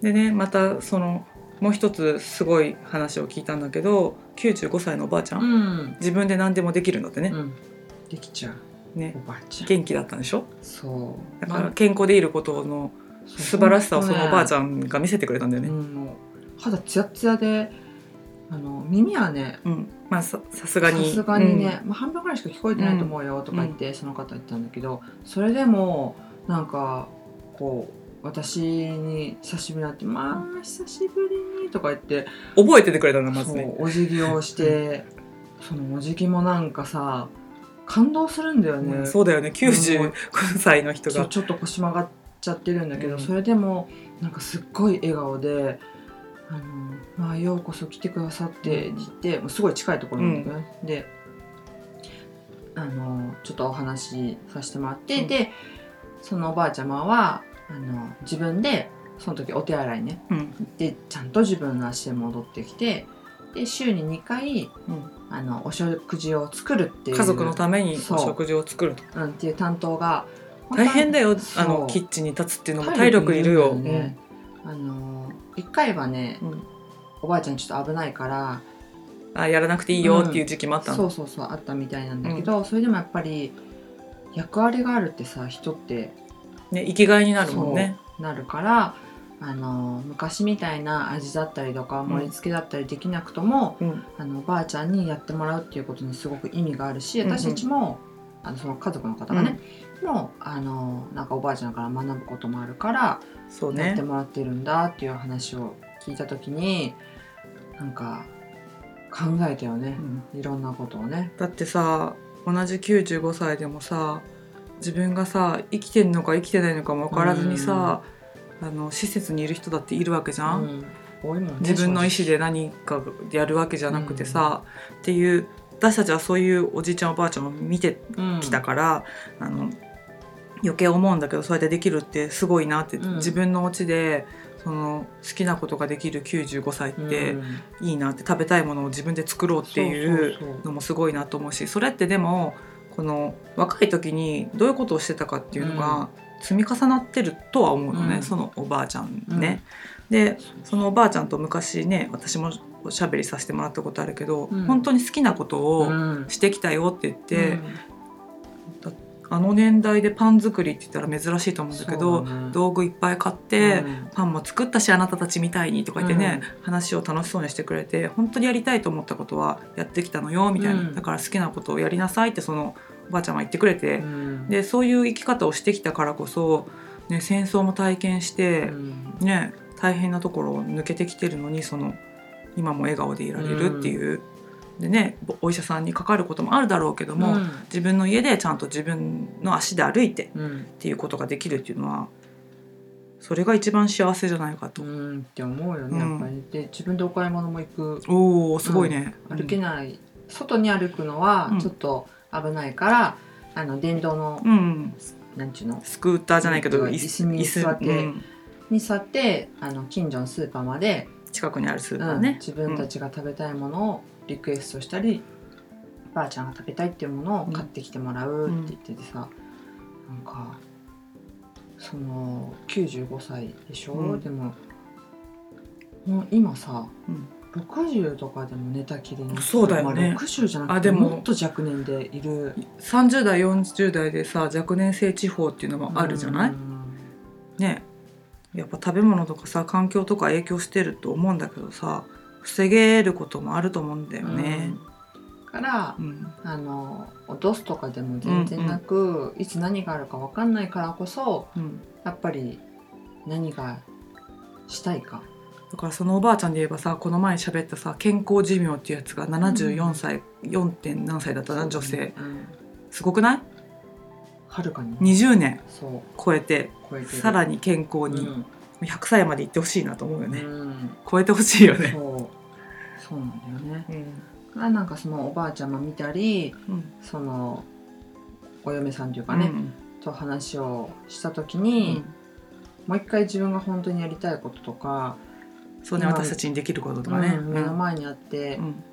[SPEAKER 1] でねまたそのもう一つすごい話を聞いたんだけど95歳のおばあちゃん、
[SPEAKER 2] うん
[SPEAKER 1] 自分で何でもできるのってね,、
[SPEAKER 2] うん、できちゃう
[SPEAKER 1] ね
[SPEAKER 2] おばあちゃん
[SPEAKER 1] 元気だったんでしょ
[SPEAKER 2] そう
[SPEAKER 1] だから健康でいることの素晴らしさをそのおばあちゃ
[SPEAKER 2] ゃ
[SPEAKER 1] んが見せてくれたんだよ
[SPEAKER 2] ん
[SPEAKER 1] ね。
[SPEAKER 2] うん、もう肌ツヤツヤであの耳はね
[SPEAKER 1] うん、まあささすが
[SPEAKER 2] さ
[SPEAKER 1] に。
[SPEAKER 2] すがにね、まあ、半分ぐらいしか聞こえてないと思うよとか言って、その方言ったんだけどそれでもなんかこう私に久しぶりになって「まあ久しぶりに」とか言って、
[SPEAKER 1] うん、覚えててくれたんだまず
[SPEAKER 2] そ
[SPEAKER 1] ね。
[SPEAKER 2] うお辞儀を してそのお辞儀もなんかさ感動するんだよね、
[SPEAKER 1] うんそうだよね95歳の人
[SPEAKER 2] そう
[SPEAKER 1] が。
[SPEAKER 2] ちょっと腰曲がっちゃってるんだけど、
[SPEAKER 1] うん
[SPEAKER 2] それでもなんかすっごい笑顔で「あのまあ、ようこそ来てくださって」って言ってもうすごい近いところなんだけどね、であのちょっとお話しさせてもらって、
[SPEAKER 1] うん
[SPEAKER 2] でそのおばあちゃまはあの自分でその時お手洗いね
[SPEAKER 1] うん
[SPEAKER 2] でちゃんと自分の足で戻ってきてで週に2回
[SPEAKER 1] うん
[SPEAKER 2] あのお食事を作るっていう
[SPEAKER 1] 家族のために
[SPEAKER 2] そ
[SPEAKER 1] お
[SPEAKER 2] う
[SPEAKER 1] 食事を作ると
[SPEAKER 2] うん、っていう担当が
[SPEAKER 1] 大変だよ
[SPEAKER 2] そ
[SPEAKER 1] あ
[SPEAKER 2] う
[SPEAKER 1] のキッチンに立つっていうのも体力いるよ。
[SPEAKER 2] 体力いるんだねあの一回はね
[SPEAKER 1] うんうん
[SPEAKER 2] おばあちゃんちょっと危ないから
[SPEAKER 1] あやらなくていいよっていう時期もあったの。
[SPEAKER 2] そうそうそうあったみたいなんだけど、それでもやっぱり役割があるってさ人って
[SPEAKER 1] ね生きがいになるもんね。
[SPEAKER 2] なるからあの昔みたいな味だったりとか盛り付けだったりできなくとも、
[SPEAKER 1] うん
[SPEAKER 2] あのおばあちゃんにやってもらうっていうことにすごく意味があるし
[SPEAKER 1] うんうん
[SPEAKER 2] 私たちも、あのその家族の方がね、もうあのなんかおばあちゃんから学ぶこともあるから
[SPEAKER 1] そう
[SPEAKER 2] やっ
[SPEAKER 1] ね
[SPEAKER 2] て。もらってるんだっていう話を聞いた時になんか考えたよね
[SPEAKER 1] う、ん
[SPEAKER 2] いろんなことをね
[SPEAKER 1] だってさ同じ95歳でもさ自分がさ生きてんのか生きてないのかも分からずにさ、あの施設にいる人だっているわけじゃん、
[SPEAKER 2] うん多いもんね
[SPEAKER 1] 自分の意思で何かやるわけじゃなくてさ、っていう私たちはそういうおじいちゃんおばあちゃんを見てきたから、あの余計思うんだけどそうやってできるってすごいなって、
[SPEAKER 2] うん
[SPEAKER 1] 自分のお家でその好きなことができる95歳っ
[SPEAKER 2] うん
[SPEAKER 1] て
[SPEAKER 2] うん
[SPEAKER 1] いいなって食べたいものを自分で作ろうっていう。
[SPEAKER 2] そうそうそう
[SPEAKER 1] のもすごいなと思うしそれってでもこの若い時にどういうことをしてたかっていうのが積み重なってるとは思うのね、
[SPEAKER 2] うん
[SPEAKER 1] そのおばあちゃんね。でそのおばあちゃんと昔ね私もおしゃべりさせてもらったことあるけど、
[SPEAKER 2] うん
[SPEAKER 1] 本当に好きなこと
[SPEAKER 2] う
[SPEAKER 1] を
[SPEAKER 2] ん
[SPEAKER 1] してきたよって言って、
[SPEAKER 2] うん
[SPEAKER 1] あの年代でパン作りって言ったら珍しいと思うんだけど
[SPEAKER 2] そうだね
[SPEAKER 1] 道具いっぱい買って。パンも作ったしあなたたちみたいにとか言ってね、話を楽しそうにしてくれて本当にやりたいと思ったことはやってきたのよみたいな、
[SPEAKER 2] うん
[SPEAKER 1] だから好きなことをやりなさいってそのおばあちゃんは言ってくれて、
[SPEAKER 2] うんうん
[SPEAKER 1] でそういう生き方をしてきたからこそ、ね、戦争も体験し
[SPEAKER 2] う
[SPEAKER 1] て、
[SPEAKER 2] ん
[SPEAKER 1] ね、大変なところを抜けてきてるのにその今も笑顔でいられるっていう、でねお医者さんにかかることもあるだろうけども、自分の家でちゃんと自分の足で歩いてっ
[SPEAKER 2] うん、うん
[SPEAKER 1] ていうことができるっていうのはそれが一番幸せじゃないかと。
[SPEAKER 2] うんって思うよね、
[SPEAKER 1] うん
[SPEAKER 2] やっぱりで自分でお買い物も行く
[SPEAKER 1] おおすごいね。
[SPEAKER 2] 歩けない、外に歩くのは
[SPEAKER 1] うん
[SPEAKER 2] ちょっと危ないから、あの電動の、
[SPEAKER 1] うん、うん、
[SPEAKER 2] なんちゅうの
[SPEAKER 1] スクーターじゃないけど
[SPEAKER 2] うん
[SPEAKER 1] 椅子
[SPEAKER 2] 椅子に座って
[SPEAKER 1] うん
[SPEAKER 2] に座ってあの近所のスーパーまで、
[SPEAKER 1] 近くにあるスーパ
[SPEAKER 2] う
[SPEAKER 1] ー
[SPEAKER 2] ん
[SPEAKER 1] ね。
[SPEAKER 2] 自分たちが食べたいものをリクエストしたり、ばあちゃんが食べたいっていうものを買ってきてもらうって言っててさ、なんかその95歳でしょ、
[SPEAKER 1] うん
[SPEAKER 2] でももう今さ、
[SPEAKER 1] うん
[SPEAKER 2] 60とかでも寝たきりに
[SPEAKER 1] そうだよね
[SPEAKER 2] まあ60じゃな
[SPEAKER 1] あ
[SPEAKER 2] く
[SPEAKER 1] で
[SPEAKER 2] て
[SPEAKER 1] も
[SPEAKER 2] もっと若年でいる
[SPEAKER 1] 30代40代でさ若年性地方っていうのもあるじゃない、
[SPEAKER 2] うん
[SPEAKER 1] ねやっぱ食べ物とかさ環境とか影響してると思うんだけどさ防げることもあると思うんだよね。
[SPEAKER 2] うんから
[SPEAKER 1] うん
[SPEAKER 2] あの落とすとかでも全然なく、いつ何があるか分かんないからこそ
[SPEAKER 1] うん
[SPEAKER 2] やっぱり何がしたいか
[SPEAKER 1] だからそのおばあちゃんで言えばさこの前喋ったさ健康寿命っていうやつが74歳、4. 点何歳だったな女性
[SPEAKER 2] うん
[SPEAKER 1] すごくない
[SPEAKER 2] はるかに
[SPEAKER 1] ?20 年
[SPEAKER 2] そう
[SPEAKER 1] 超えて
[SPEAKER 2] 超えてる
[SPEAKER 1] さらに健康に、100歳まで行ってほしいなと思うよ
[SPEAKER 2] うん
[SPEAKER 1] ね、
[SPEAKER 2] うん
[SPEAKER 1] 超えてほしいよね。
[SPEAKER 2] そうそうなんだよね
[SPEAKER 1] うん
[SPEAKER 2] あなんかそのおばあちゃま見たり
[SPEAKER 1] うん
[SPEAKER 2] そのお嫁さんというかね、と話をした時に、もう一回自分が本当にやりたいこととか
[SPEAKER 1] うんそうね
[SPEAKER 2] 今
[SPEAKER 1] 私たちにできることとかね。
[SPEAKER 2] うん目の前にあって、
[SPEAKER 1] うん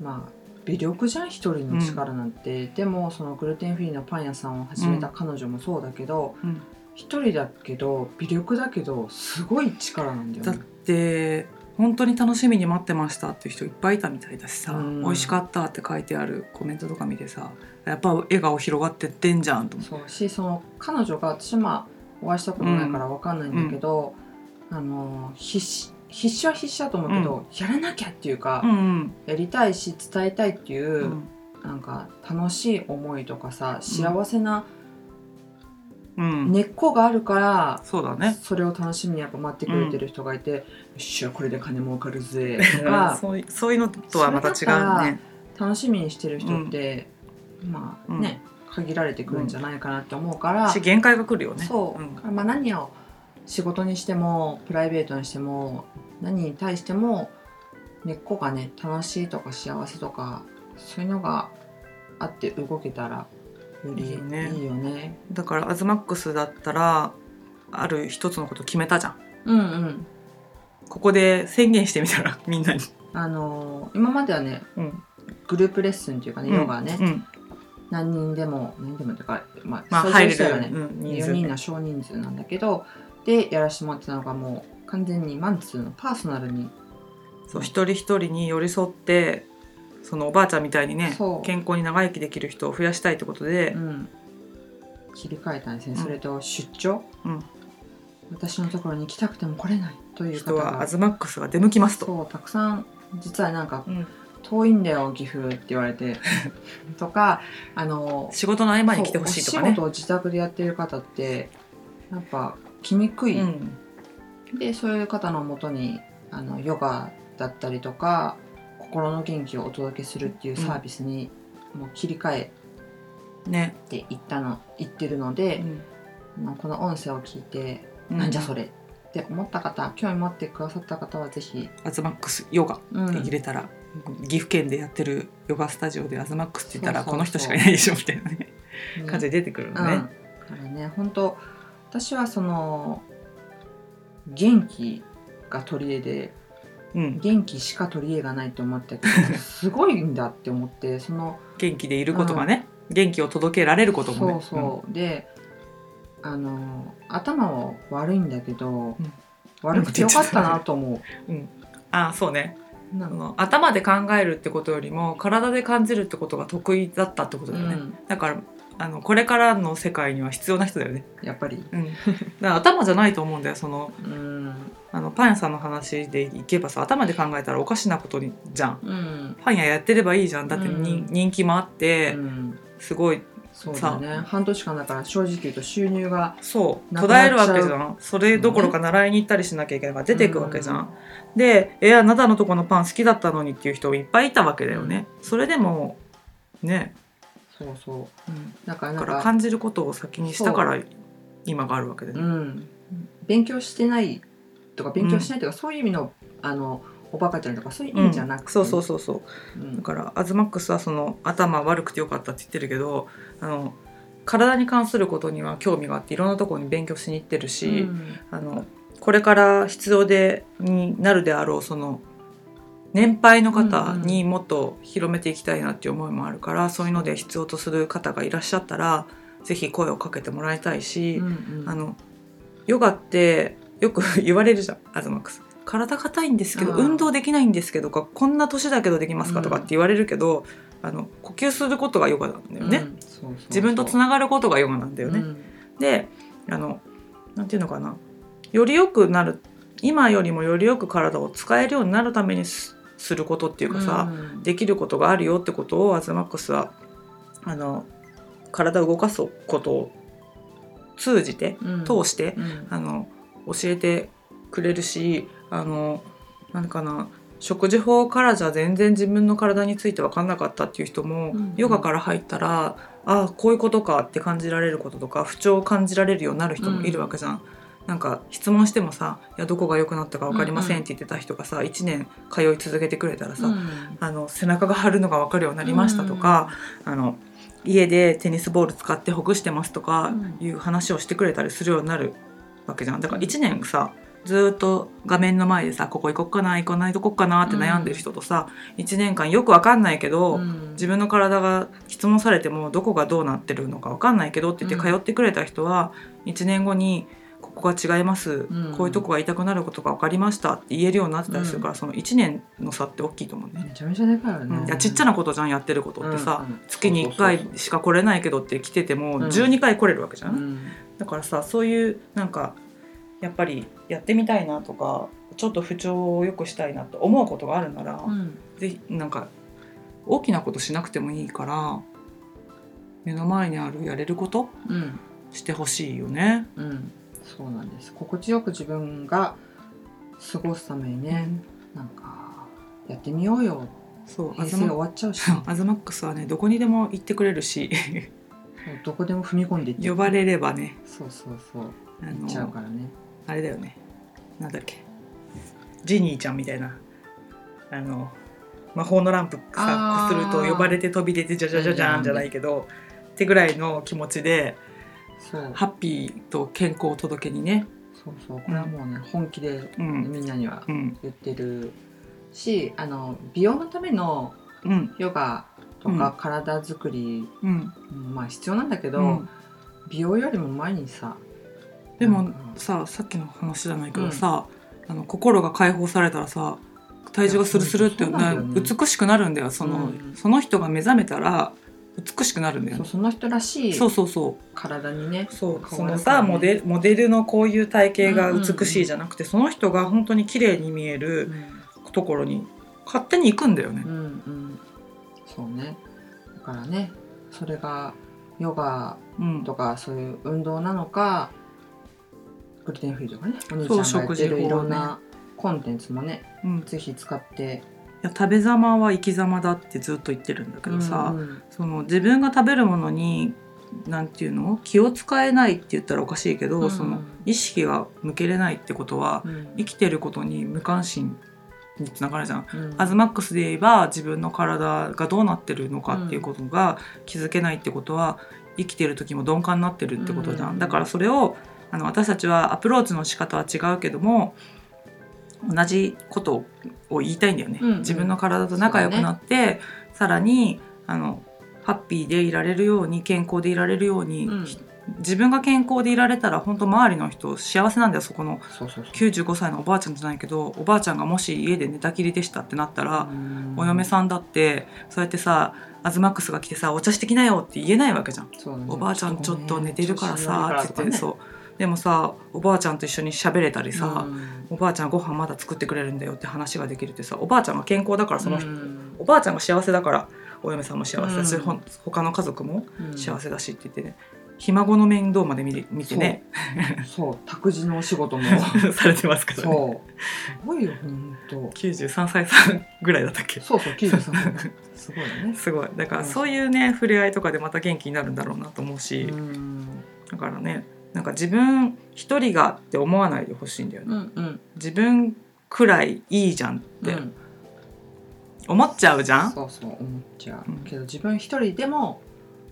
[SPEAKER 2] まあ微力じゃん一人の力なんて、でもそのグルテンフリーのパン屋さんを始めた彼女もそうだけど
[SPEAKER 1] うん
[SPEAKER 2] 一、人だけど微力だけどすごい力なんだよ
[SPEAKER 1] だっ
[SPEAKER 2] ね。
[SPEAKER 1] て本当に楽しみに待ってましたっていう人いっぱいいたみたいだしさ、
[SPEAKER 2] うん
[SPEAKER 1] 美味しかったって書いてあるコメントとか見てさやっぱ笑顔広がってってんじゃんと思って
[SPEAKER 2] そうしその彼女が私まあお会いしたことないからわかんないんだけど、あの必死必死は必死だと思うけど、やらなきゃっていうか、
[SPEAKER 1] うん
[SPEAKER 2] やりたいし伝えたいっていう、
[SPEAKER 1] うん
[SPEAKER 2] なんか楽しい思いとかさ幸せな
[SPEAKER 1] うん、
[SPEAKER 2] 根っこがあるから、
[SPEAKER 1] そうだね
[SPEAKER 2] それを楽しみにやっぱ待ってくれてる人がいて「よっしゃこれで金儲かるぜ」と
[SPEAKER 1] うん
[SPEAKER 2] か
[SPEAKER 1] そういそういうのとはまた違
[SPEAKER 2] それだか
[SPEAKER 1] う
[SPEAKER 2] ら
[SPEAKER 1] ね
[SPEAKER 2] 楽しみにしてる人って、まあね、限られてくるんじゃないかなって思うから、
[SPEAKER 1] し限界が来るよね
[SPEAKER 2] そう、
[SPEAKER 1] ん
[SPEAKER 2] まあ、何を仕事にしてもプライベートにしても何に対しても根っこがね楽しいとか幸せとかそういうのがあって動けたらよりい
[SPEAKER 1] いい
[SPEAKER 2] い
[SPEAKER 1] よ
[SPEAKER 2] よ
[SPEAKER 1] ね
[SPEAKER 2] ね。
[SPEAKER 1] だからアズマックスだったらある一つのこと決めたじゃん
[SPEAKER 2] うんうん
[SPEAKER 1] ここで宣言してみたら みんなに、
[SPEAKER 2] あのー今まではね
[SPEAKER 1] うん、
[SPEAKER 2] グループレッスンっていうかね、ヨガはね、
[SPEAKER 1] うん
[SPEAKER 2] 何人でも何人でもっていうか、まあ、
[SPEAKER 1] まあ
[SPEAKER 2] 想像
[SPEAKER 1] 入れ
[SPEAKER 2] した
[SPEAKER 1] る
[SPEAKER 2] よ
[SPEAKER 1] よ
[SPEAKER 2] ね
[SPEAKER 1] ね、うん、人
[SPEAKER 2] 4
[SPEAKER 1] 数
[SPEAKER 2] 人の少人数なんだけどでやらせてもらってたのがもう完全にマンツーのパーソナルに
[SPEAKER 1] そう一人一人に寄り添ってそのおばあちゃんみたいにね
[SPEAKER 2] そう
[SPEAKER 1] 健康に長生きできる人を増やしたいってことで
[SPEAKER 2] う、ん、切り替えたんですね、
[SPEAKER 1] うん
[SPEAKER 2] それと出張、
[SPEAKER 1] うん
[SPEAKER 2] 私のところに来たくても来れないという方
[SPEAKER 1] 人は
[SPEAKER 2] が
[SPEAKER 1] アズマックスが出向きますと。
[SPEAKER 2] そうたくさん実はなんか
[SPEAKER 1] うん
[SPEAKER 2] 遠いんだよ岐阜って言わ れてとかあの
[SPEAKER 1] 仕事の合間に来てほしいとか
[SPEAKER 2] そうお仕
[SPEAKER 1] ね
[SPEAKER 2] 事。を自宅でやってる方ってやっぱ来にく
[SPEAKER 1] う
[SPEAKER 2] い、
[SPEAKER 1] ん、
[SPEAKER 2] でそういう方のもとにあのヨガだったりとか心の元気をお届けするっていうサービスにもう切り替え
[SPEAKER 1] ね、
[SPEAKER 2] ていったの、いってるの
[SPEAKER 1] う
[SPEAKER 2] で、
[SPEAKER 1] ん
[SPEAKER 2] あのこの音声を聞いてなんじゃそ
[SPEAKER 1] れ。
[SPEAKER 2] れって思った方興味持ってくださった方はぜひ、
[SPEAKER 1] アズマックスヨガ
[SPEAKER 2] う
[SPEAKER 1] って入れたら、岐阜県でやってるヨガスタジオでアズマックスって言ったら
[SPEAKER 2] そう
[SPEAKER 1] こ
[SPEAKER 2] そ
[SPEAKER 1] の人
[SPEAKER 2] うそう
[SPEAKER 1] しかいないでしょみたいなね感じで出てくる
[SPEAKER 2] うん
[SPEAKER 1] のね。
[SPEAKER 2] だからね本当私はその元気が取り柄で
[SPEAKER 1] うん、
[SPEAKER 2] 元気しか取り柄がないと思ったけど すごいんだって思ってその
[SPEAKER 1] 元気でいることがね、元気を届けられることもね。
[SPEAKER 2] そうそう、であの頭は悪いんだけど、
[SPEAKER 1] うん
[SPEAKER 2] 悪くてよかったなと思
[SPEAKER 1] うんああ、そうね。
[SPEAKER 2] う。な
[SPEAKER 1] あ
[SPEAKER 2] んか
[SPEAKER 1] の頭で考えるってことよりも体で感じるってことが得意だったってこと
[SPEAKER 2] う
[SPEAKER 1] だよね。
[SPEAKER 2] ん、
[SPEAKER 1] だからあのこれからの世界には必要な人だよね。
[SPEAKER 2] やっぱり、
[SPEAKER 1] うん、だから頭じゃないと思うんだよその
[SPEAKER 2] うん
[SPEAKER 1] あのパン屋さんの話でいけばさ頭で考えたらおかしなことにじゃん。
[SPEAKER 2] うん
[SPEAKER 1] パン屋やってればいいじゃんだってに、
[SPEAKER 2] うん
[SPEAKER 1] 人気もあって
[SPEAKER 2] うん
[SPEAKER 1] すごい
[SPEAKER 2] そうだね半年間だから正直言うと収入が
[SPEAKER 1] そう
[SPEAKER 2] な
[SPEAKER 1] 途
[SPEAKER 2] く
[SPEAKER 1] 絶
[SPEAKER 2] なっ
[SPEAKER 1] え
[SPEAKER 2] ち
[SPEAKER 1] る
[SPEAKER 2] ゃう
[SPEAKER 1] わけじゃんそれどころか習いに行ったりしなきゃいけないから出ていくわけじゃん、で「えあなたのとこのパン好きだったのに」っていう人いっぱいいたわけだよね、それでもね
[SPEAKER 2] そうそう
[SPEAKER 1] うん
[SPEAKER 2] だから
[SPEAKER 1] だ
[SPEAKER 2] なん
[SPEAKER 1] か
[SPEAKER 2] から
[SPEAKER 1] 感じることを先にしたから今があるわけで
[SPEAKER 2] う
[SPEAKER 1] ね、
[SPEAKER 2] ん、勉強してないとか勉強しないとか、そういう意味のあのおバカちゃんとかそういう意味じゃなくて、
[SPEAKER 1] そうそうそうそう
[SPEAKER 2] うん、
[SPEAKER 1] だからアズマックスはその頭悪くてよかったって言ってるけどあの体に関することには興味があっていろんなところに勉強しに行ってるし、
[SPEAKER 2] うん
[SPEAKER 1] あのこれから必要でになるであろうその年配の方にもっと広めていきたいなっていう思いもあるから、そういうので必要とする方がいらっしゃったら是非声をかけてもらいたいし、
[SPEAKER 2] うんうん
[SPEAKER 1] あのヨガってよく言われるじゃんアズマックス。体硬いんですけど
[SPEAKER 2] あー
[SPEAKER 1] 運動できないんですけどかこんな年だけどできますかとかって言われるけど、あの呼吸することがヨガなんだよね、
[SPEAKER 2] うんそうそうそう
[SPEAKER 1] 自分とつながることがヨガなんだよね、
[SPEAKER 2] うん
[SPEAKER 1] であのなんていうのかなより良くなる今よりもよりよく体を使えるようになるためにすすることっていうかさ、
[SPEAKER 2] うん
[SPEAKER 1] できることがあるよってことをアズマックスはあの体を動かすことを通じて
[SPEAKER 2] うん
[SPEAKER 1] 通して、
[SPEAKER 2] うん
[SPEAKER 1] あの教えてくれるしあのなんかな食事法からじゃ全然自分の体について分かんなかったっていう人も、
[SPEAKER 2] うんうん
[SPEAKER 1] ヨガから入ったらああこういうことかって感じられることとか不調を感じられるようになる人もいるわけじゃん。なんか質問してもさ「いやどこが良くなったか分かりません」って言ってた人がさ1年通い続けてくれたらさ、
[SPEAKER 2] うん
[SPEAKER 1] あの背中が張るのが分かるようになりましたとか、あの家でテニスボール使ってほぐしてますとか
[SPEAKER 2] う
[SPEAKER 1] いう話をしてくれたりするようになるわけじゃんだから
[SPEAKER 2] うん
[SPEAKER 1] 1年さずーっと画面の前でさここ行こっかな行かないとこっかなって悩んでる人とさ、1年間よく分かんないけど、
[SPEAKER 2] うん
[SPEAKER 1] 自分の体が質問されてもどこがどうなってるのか分かんないけどって言って
[SPEAKER 2] うん
[SPEAKER 1] 通ってくれた人は1年後にここが違います、
[SPEAKER 2] うん
[SPEAKER 1] こういうとこが痛くなることが分かりましたって言えるようになってたりするから、その1年の差って大きいと思うね。
[SPEAKER 2] めちゃめちゃでかいよ
[SPEAKER 1] うん
[SPEAKER 2] ね
[SPEAKER 1] いやちっちゃなことじゃんやってることってさ、
[SPEAKER 2] うんうん
[SPEAKER 1] 月に1
[SPEAKER 2] そう
[SPEAKER 1] 回
[SPEAKER 2] そう
[SPEAKER 1] しか来れないけどって来てても
[SPEAKER 2] うん
[SPEAKER 1] 12回来れるわけじゃ、
[SPEAKER 2] そうんうん
[SPEAKER 1] だからさそういうなんかやっぱりやってみたいなとかちょっと不調を良くしたいなと思うことがあるなら、
[SPEAKER 2] うん
[SPEAKER 1] ぜひなんか大きなことしなくてもいいから目の前にあるやれること
[SPEAKER 2] うん
[SPEAKER 1] してほしいよね。
[SPEAKER 2] うんそうなんです心地よく自分が過ごすためにね、なんかやってみようよ
[SPEAKER 1] そう
[SPEAKER 2] 平
[SPEAKER 1] アズ
[SPEAKER 2] 成
[SPEAKER 1] マ
[SPEAKER 2] 終わっちゃうし
[SPEAKER 1] アズマックスはねどこにでも行ってくれるし
[SPEAKER 2] どこでも踏み込んでいって
[SPEAKER 1] 呼ばれればね
[SPEAKER 2] そうそうそう
[SPEAKER 1] あ
[SPEAKER 2] 行っちゃうからね
[SPEAKER 1] あれだよねなんだっけジニーちゃんみたいなあの魔法のランプさ
[SPEAKER 2] あ
[SPEAKER 1] こす
[SPEAKER 2] ー
[SPEAKER 1] ると呼ばれて飛び出てジャジャジャジャーンじゃないけどってぐらいの気持ちで
[SPEAKER 2] そう
[SPEAKER 1] ハッピーと健康を届けにね
[SPEAKER 2] そうそうこれはもうね本気で
[SPEAKER 1] うん
[SPEAKER 2] みんなには
[SPEAKER 1] うん
[SPEAKER 2] 言ってるしあの美容のための
[SPEAKER 1] うん
[SPEAKER 2] ヨガとか体作り、
[SPEAKER 1] うん
[SPEAKER 2] まあ必要なんだけど、
[SPEAKER 1] うん
[SPEAKER 2] 美容よりも前にさ
[SPEAKER 1] でも
[SPEAKER 2] なんか
[SPEAKER 1] ささっきの話じゃないけどさ、あの心が解放されたらさ体重がスルスルって
[SPEAKER 2] いやそうなんだよね
[SPEAKER 1] 美しくなるんだよその,、
[SPEAKER 2] うん
[SPEAKER 1] その人が目覚めたら美しくなるんだよ
[SPEAKER 2] そう
[SPEAKER 1] ね
[SPEAKER 2] その人らしい
[SPEAKER 1] そうそうそう
[SPEAKER 2] 体にね
[SPEAKER 1] そう
[SPEAKER 2] 変
[SPEAKER 1] そ
[SPEAKER 2] わ
[SPEAKER 1] の
[SPEAKER 2] る
[SPEAKER 1] さ
[SPEAKER 2] からね
[SPEAKER 1] モデモデルのこういう体型が美しいじゃなくて、その人が本当に綺麗に見え
[SPEAKER 2] う
[SPEAKER 1] る
[SPEAKER 2] ん
[SPEAKER 1] ところに勝手に行くんだよね
[SPEAKER 2] う。んうんそうねだからねそれがヨガ
[SPEAKER 1] うん
[SPEAKER 2] とかそういう運動なのかグルテンフリーとかねお兄
[SPEAKER 1] そう
[SPEAKER 2] ちゃんがやっ
[SPEAKER 1] 食
[SPEAKER 2] て
[SPEAKER 1] 事法
[SPEAKER 2] る
[SPEAKER 1] ね
[SPEAKER 2] いろんなコンテンツもね
[SPEAKER 1] うん、い
[SPEAKER 2] ぜひ使って
[SPEAKER 1] や食べざまは生きざまだってずっと言ってるんだけどさ、
[SPEAKER 2] うんうん
[SPEAKER 1] その自分が食べるものになんていうの気を使えないって言ったらおかしいけど、
[SPEAKER 2] うん
[SPEAKER 1] その意識が向けれないってことは
[SPEAKER 2] うん
[SPEAKER 1] 生きてることに無関心につながるじゃん。
[SPEAKER 2] うん
[SPEAKER 1] アズマックスで言えば自分の体がどうなってるのかっていうことが気づけないってことは生きてる時も鈍感になってるってことじゃん、
[SPEAKER 2] うん
[SPEAKER 1] だからそれをあの私たちはアプローチの仕方は違うけども同じことを言いたいんだよね、
[SPEAKER 2] うんうん
[SPEAKER 1] 自分の体と仲良くなって、さらにあのハッピーでいられるように健康でいられるように、
[SPEAKER 2] うん
[SPEAKER 1] 自分が健康でいられたら本当周りの人幸せなんだよそこの
[SPEAKER 2] そうそうそう
[SPEAKER 1] 95歳のおばあちゃんじゃないけどおばあちゃんがもし家で寝たきりでしたってなったら、
[SPEAKER 2] うん
[SPEAKER 1] お嫁さんだってそうやってさアズマックスが来てさ「お茶してきなよ」って言えないわけじゃん。
[SPEAKER 2] そうだね
[SPEAKER 1] おばあちゃんちょっと寝てるから
[SPEAKER 2] ちょ
[SPEAKER 1] さ
[SPEAKER 2] っ
[SPEAKER 1] つっ
[SPEAKER 2] と
[SPEAKER 1] て
[SPEAKER 2] ね
[SPEAKER 1] そうでもさおばあちゃんと一緒に喋れたりさ、
[SPEAKER 2] うん
[SPEAKER 1] おばあちゃんご飯まだ作ってくれるんだよって話ができるってさおばあちゃんが健康だからその人、
[SPEAKER 2] うん
[SPEAKER 1] おばあちゃんが幸せだからお嫁さんも幸せだし、
[SPEAKER 2] うん
[SPEAKER 1] ほん他の家族も
[SPEAKER 2] うん
[SPEAKER 1] 幸せだしって言ってねひ孫の面倒まで見て見てね
[SPEAKER 2] そう託児のお仕事 も
[SPEAKER 1] されてますからね
[SPEAKER 2] そうすごいよ本当
[SPEAKER 1] 93歳さんぐらいだったっけ
[SPEAKER 2] そうそうキーさんすごいよね
[SPEAKER 1] すごいだから
[SPEAKER 2] うん
[SPEAKER 1] そういうね触れ合いとかでまた元気になるんだろうなと思うし、
[SPEAKER 2] うん
[SPEAKER 1] だからねなんか自分一人がって思わないでほしいんだよね、
[SPEAKER 2] うんうん
[SPEAKER 1] 自分くらいいいじゃんって
[SPEAKER 2] うん
[SPEAKER 1] 思っちゃうじゃん、
[SPEAKER 2] そうそう思っちゃう、
[SPEAKER 1] うん
[SPEAKER 2] けど自分一人でも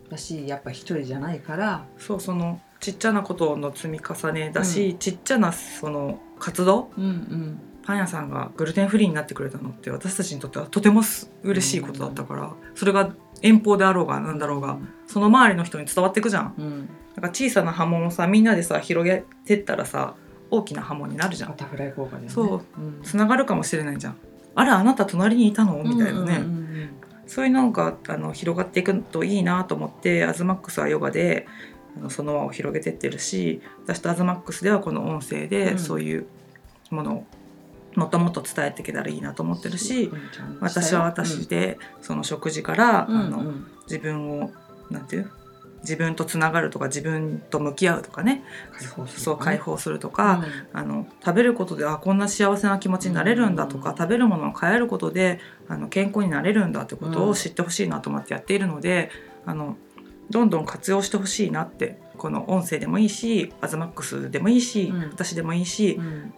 [SPEAKER 2] だしやっぱ一人じゃないから
[SPEAKER 1] そうそのちっちゃなことの積み重ねだし、ちっちゃなその活動
[SPEAKER 2] うんうん
[SPEAKER 1] パン屋さんがグルテンフリーになってくれたのって私たちにとってはとてもす嬉しいことだったから、それが遠方であろうがなんだろうが、その周りの人に伝わってくじゃん
[SPEAKER 2] うん
[SPEAKER 1] だから小さな波紋をさみんなでさ広げてったらさ大きな波紋になるじゃ
[SPEAKER 2] バ
[SPEAKER 1] ん
[SPEAKER 2] タフライ効果でね
[SPEAKER 1] そう
[SPEAKER 2] うん
[SPEAKER 1] つながるかもしれないじゃんあれあなた隣にいたのみたいなね、
[SPEAKER 2] うんうんうん
[SPEAKER 1] そういうのがあの広がっていくといいなと思ってアズマックスはヨガであのその輪を広げてってるし私とアズマックスではこの音声
[SPEAKER 2] う
[SPEAKER 1] で
[SPEAKER 2] ん
[SPEAKER 1] そういうものをもっともっと伝えていけたらいいなと思ってるし、私は私でその食事から、
[SPEAKER 2] うん、
[SPEAKER 1] あ
[SPEAKER 2] うんう
[SPEAKER 1] の
[SPEAKER 2] ん
[SPEAKER 1] 自分をなんていう自分とつながるとか自分と向き合うとかねそう解放するとか、あの食べることであこんな幸せな気持ちになれるんだとか、
[SPEAKER 2] うん
[SPEAKER 1] 食べるものを変えることであの健康になれるんだってこと
[SPEAKER 2] うん
[SPEAKER 1] を知ってほしいなと思ってやっているので、あのどんどん活用してほしいなってこの音声でもいいしアズマックスでもいいし、
[SPEAKER 2] うん
[SPEAKER 1] 私でもいいし
[SPEAKER 2] う、ん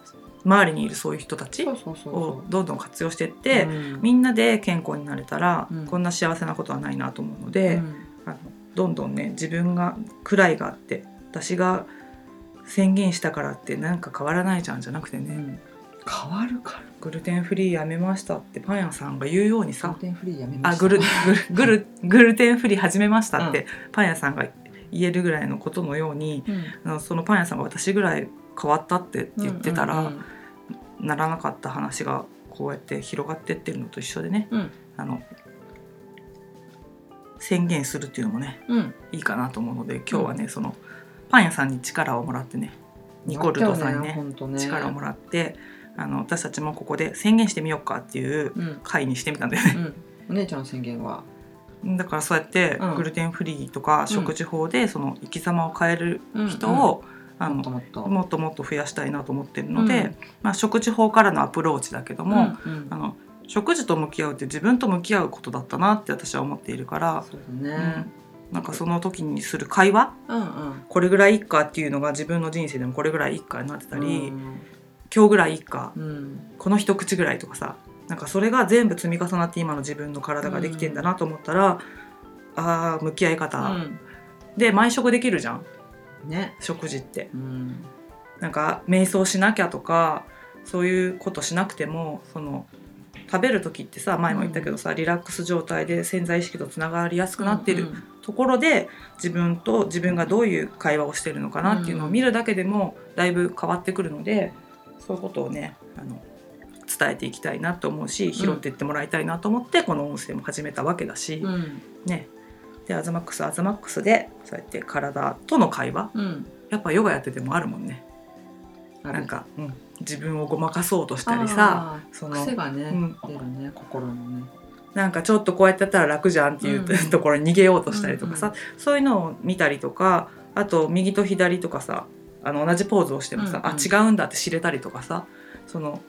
[SPEAKER 1] 周りにいるそういう人たち
[SPEAKER 2] そうそうそう
[SPEAKER 1] を
[SPEAKER 2] そ
[SPEAKER 1] どんどん活用していっ
[SPEAKER 2] う
[SPEAKER 1] て、
[SPEAKER 2] うん
[SPEAKER 1] みんなで健康になれたら、
[SPEAKER 2] うん
[SPEAKER 1] こんな幸せなことはないなと思うので。
[SPEAKER 2] うん
[SPEAKER 1] あのどんどんね自分が位があって私が宣言したからってなんか変わらないじゃんじゃなくて
[SPEAKER 2] う
[SPEAKER 1] ね、
[SPEAKER 2] ん変わるから
[SPEAKER 1] グルテンフリーやめましたってパン屋さんが言うように
[SPEAKER 2] グル
[SPEAKER 1] さ
[SPEAKER 2] テンフリーやめま
[SPEAKER 1] あ
[SPEAKER 2] した
[SPEAKER 1] グルグルグルグルテンフリー始めましたってパン屋さんが言えるぐらいのことのように
[SPEAKER 2] うん
[SPEAKER 1] あのそのパン屋さんが私ぐらい変わったって言ってたら、
[SPEAKER 2] うん
[SPEAKER 1] ならなかった話がこうやって広がってってるのと一緒でね
[SPEAKER 2] うん
[SPEAKER 1] あの宣言するっていうのもね
[SPEAKER 2] うんうん
[SPEAKER 1] いいかなと思うので今日はね、そのパン屋さんに力をもらってねニコルドさんにね
[SPEAKER 2] 本当ね
[SPEAKER 1] 力をもらってあの私たちもここで宣言してみようかっていう
[SPEAKER 2] うん
[SPEAKER 1] 会にしてみたんだよね、
[SPEAKER 2] うんお姉ちゃんの宣言は
[SPEAKER 1] だからそうやって
[SPEAKER 2] うん
[SPEAKER 1] グルテンフリーとか食事法でその生き様を変える人
[SPEAKER 2] も
[SPEAKER 1] を、あ
[SPEAKER 2] っ
[SPEAKER 1] の
[SPEAKER 2] ともっと
[SPEAKER 1] もっともっと増やしたいなと思ってるので、
[SPEAKER 2] うん
[SPEAKER 1] まあ、食事法からのアプローチだけども、
[SPEAKER 2] うんうん
[SPEAKER 1] あの食事と向き合うって自分と向き合うことだったなって私は思っているから、
[SPEAKER 2] そう
[SPEAKER 1] う
[SPEAKER 2] だね
[SPEAKER 1] ん、なんかその時にする会話
[SPEAKER 2] うんうん
[SPEAKER 1] これぐらいいっかっていうのが自分の人生でもこれぐらいいっかになってたり、
[SPEAKER 2] うん
[SPEAKER 1] 今日ぐらいいっか
[SPEAKER 2] うん
[SPEAKER 1] この一口ぐらいとかさなんかそれが全部積み重なって今の自分の体ができてんだなと思ったら、あー向き合い方、で毎食できるじゃん
[SPEAKER 2] うんね
[SPEAKER 1] 食事って
[SPEAKER 2] うん
[SPEAKER 1] なんか瞑想しなきゃとかそういうことしなくてもその食べる時ってさ前も言ったけどさ、リラックス状態で潜在意識とつながりやすくなってるところで自分と自分がどういう会話をしてるのかなっていうのを見るだけでもだいぶ変わってくるのでそういうことをねあの伝えていきたいなと思うし拾っていってもらいたいなと思ってこの音声も始めたわけだし、
[SPEAKER 2] うんうん
[SPEAKER 1] ねでアズマックスはアズマックスでそうやって体との会話
[SPEAKER 2] うん
[SPEAKER 1] やっぱヨガやっててもあるもんね
[SPEAKER 2] ある
[SPEAKER 1] なんか、うん自分をごまかそうとしたりさ
[SPEAKER 2] あー
[SPEAKER 1] その
[SPEAKER 2] 癖がね
[SPEAKER 1] うん
[SPEAKER 2] 出るね心のね
[SPEAKER 1] なんかちょっとこうやってやったら楽じゃんっていう、
[SPEAKER 2] うん
[SPEAKER 1] ところに逃げようとしたりとかさ、そういうのを見たりとかあと右と左とかさあの同じポーズをしてもさ、
[SPEAKER 2] うんうん
[SPEAKER 1] あ違うんだって知れたりとかさその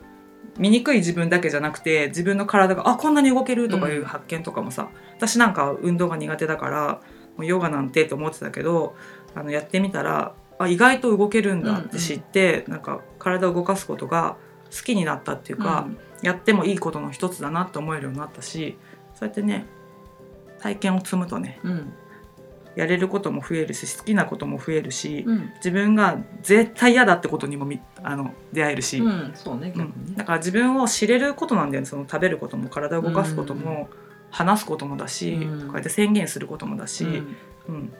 [SPEAKER 1] 醜い自分だけじゃなくて自分の体があこんなに動けるとかいう発見とかもさ、私なんか運動が苦手だからもうヨガなんてと思ってたけどあのやってみたらあ意外と動けるんだって知って、なんか体を動かすことが好きになったっていうか、
[SPEAKER 2] うん
[SPEAKER 1] やってもいいことの一つだなって思えるようになったしそうやってね体験を積むとね
[SPEAKER 2] うん
[SPEAKER 1] やれることも増えるし好きなことも増えるし、
[SPEAKER 2] うん
[SPEAKER 1] 自分が絶対嫌だってことにもみあの出会えるし、
[SPEAKER 2] うんそうね
[SPEAKER 1] う
[SPEAKER 2] 逆
[SPEAKER 1] ん
[SPEAKER 2] に
[SPEAKER 1] だ
[SPEAKER 2] ね
[SPEAKER 1] から自分を知れることなんだよねその食べることも体を動かすことも、話すこともだし、
[SPEAKER 2] うん
[SPEAKER 1] こうやって宣言することもだし、
[SPEAKER 2] う
[SPEAKER 1] う
[SPEAKER 2] ん
[SPEAKER 1] ん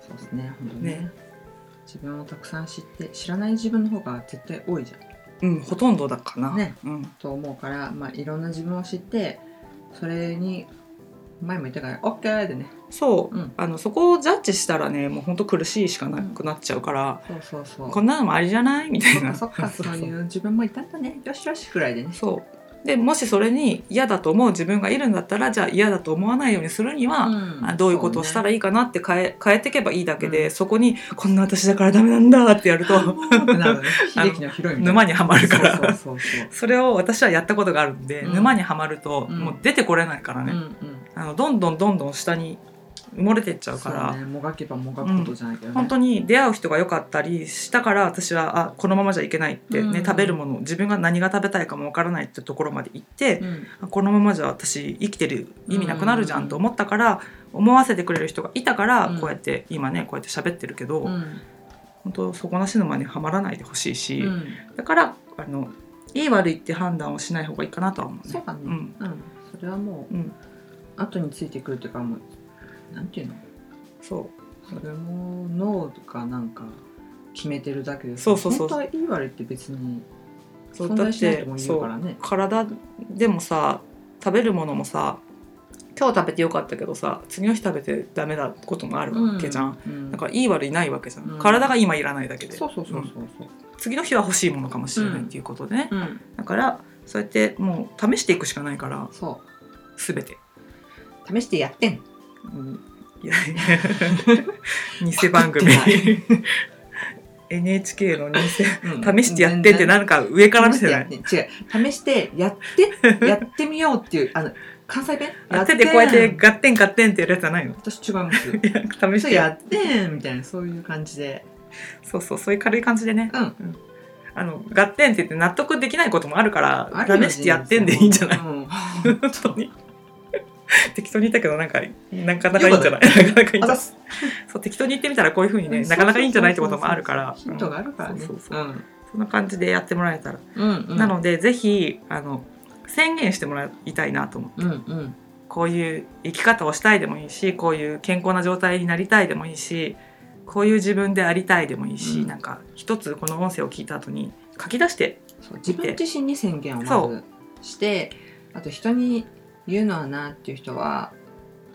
[SPEAKER 2] そうですね本当に
[SPEAKER 1] ね
[SPEAKER 2] ね自分をたくさん知って知らない自分の方が絶対多いじゃん
[SPEAKER 1] うんほとんどだかな。
[SPEAKER 2] ね
[SPEAKER 1] うん
[SPEAKER 2] と思うからまあいろんな自分を知ってそれに前も言ったからオッケーでね
[SPEAKER 1] そう、
[SPEAKER 2] うん
[SPEAKER 1] あのそこをジャッジしたらねもうほんと苦しいしかなくなっちゃうから、
[SPEAKER 2] そうそうそう
[SPEAKER 1] こんなのもありじゃないみたいな
[SPEAKER 2] そっかそっかそういう自分もいたんだねよしよしくらいでね
[SPEAKER 1] そうでもしそれに嫌だと思う自分がいるんだったらじゃあ嫌だと思わないようにするには、あどういうことをしたら
[SPEAKER 2] いい
[SPEAKER 1] いいかなって変え変えていけばいいだけで、
[SPEAKER 2] うん
[SPEAKER 1] そこにこんな私だからダメなんだってやる と
[SPEAKER 2] なるね秀樹の広いみたい
[SPEAKER 1] 沼にはまるからそ
[SPEAKER 2] そうそうそう
[SPEAKER 1] れを私はやったことがあるんで、
[SPEAKER 2] うん
[SPEAKER 1] 沼にはまると、
[SPEAKER 2] うん
[SPEAKER 1] もう出てこれないから
[SPEAKER 2] そう、
[SPEAKER 1] ね、
[SPEAKER 2] うんうん
[SPEAKER 1] あのどんどんどんどん下に埋もれてっちゃう
[SPEAKER 2] そ
[SPEAKER 1] か
[SPEAKER 2] う
[SPEAKER 1] ら。
[SPEAKER 2] ねもがけばもがくことじゃないけどね
[SPEAKER 1] 本当に出会う人が良かったりしたから私はあこのままじゃいけないって、ね
[SPEAKER 2] うん
[SPEAKER 1] 食べるもの自分が何が食べたいかもわからないってところまで行って、
[SPEAKER 2] うん
[SPEAKER 1] あこのままじゃ私生きてる意味なくなるじゃんと思ったから、思わせてくれる人がいたから、
[SPEAKER 2] うん
[SPEAKER 1] こうやって今ねこうやって喋ってるけど、
[SPEAKER 2] うん
[SPEAKER 1] 本当底なし沼にはまらないでほしいし、
[SPEAKER 2] うん
[SPEAKER 1] だからあのいい悪いって判断をしない方がいいかなとは思う
[SPEAKER 2] そう
[SPEAKER 1] ね。
[SPEAKER 2] だね
[SPEAKER 1] うん
[SPEAKER 2] うんそれはもう
[SPEAKER 1] うん、
[SPEAKER 2] 後についてくるというかもうなんていうの
[SPEAKER 1] そう
[SPEAKER 2] それも脳とかなんか決めてるだけです
[SPEAKER 1] そうそうそう
[SPEAKER 2] 本当はいい悪いって別に
[SPEAKER 1] そう
[SPEAKER 2] 存在しないとも言うからね
[SPEAKER 1] 体でもさ食べるものもさ今日食べてよかったけどさ次の日食べてダメなこともあるわけじゃん、、
[SPEAKER 2] う
[SPEAKER 1] だからいい悪いないわけじゃん、
[SPEAKER 2] うん
[SPEAKER 1] 体が今いらないだけで
[SPEAKER 2] そうそうそうそうそう
[SPEAKER 1] 次の日は欲しいものかもしれないっていうことでね、
[SPEAKER 2] うん、
[SPEAKER 1] だからそうやってもう試していくしかないから
[SPEAKER 2] そ
[SPEAKER 1] 全 て、
[SPEAKER 2] う試してやってん
[SPEAKER 1] うん、いや偽番組
[SPEAKER 2] わかって
[SPEAKER 1] NHK の偽
[SPEAKER 2] うん
[SPEAKER 1] 試してやってってなんか上から見てない
[SPEAKER 2] 試してやって違う試して やってやってみようっていうあの関西弁
[SPEAKER 1] やっててこうやってガッテンガッテンってやるやつじゃないの
[SPEAKER 2] 私違います
[SPEAKER 1] いや試し
[SPEAKER 2] そ
[SPEAKER 1] て
[SPEAKER 2] うやってんみたいなそういう感じで
[SPEAKER 1] そうそうそういう軽い感じでね、
[SPEAKER 2] うん
[SPEAKER 1] あの合点って言って納得できないこともあるから
[SPEAKER 2] あるよね
[SPEAKER 1] 試してやってんでいいんじゃ ない
[SPEAKER 2] うん、
[SPEAKER 1] 本当に 適当に言ったけどなんかなかなかいいんじゃないなかなかいいんじゃ
[SPEAKER 2] あざ
[SPEAKER 1] ない
[SPEAKER 2] っす
[SPEAKER 1] そう適当に言ってみたらこういうふうにね
[SPEAKER 2] うん
[SPEAKER 1] なかなかいいんじゃないってこともあるから
[SPEAKER 2] ヒントがあるからね
[SPEAKER 1] そうそうそう
[SPEAKER 2] うん
[SPEAKER 1] そんな感じでやってもらえたら、
[SPEAKER 2] うんうん
[SPEAKER 1] なのでぜひあの宣言してもらいたいなと思う
[SPEAKER 2] うんうん
[SPEAKER 1] こういう生き方をしたいでもいいしこういう健康な状態になりたいでもいいしこういう自分でありたいでもいいし、
[SPEAKER 2] うん
[SPEAKER 1] なんか一つこの音声を聞いた後に書き出して
[SPEAKER 2] そう自分自身に宣言を
[SPEAKER 1] そ
[SPEAKER 2] ま
[SPEAKER 1] う
[SPEAKER 2] ずしてあと人に言うのはなっていう人は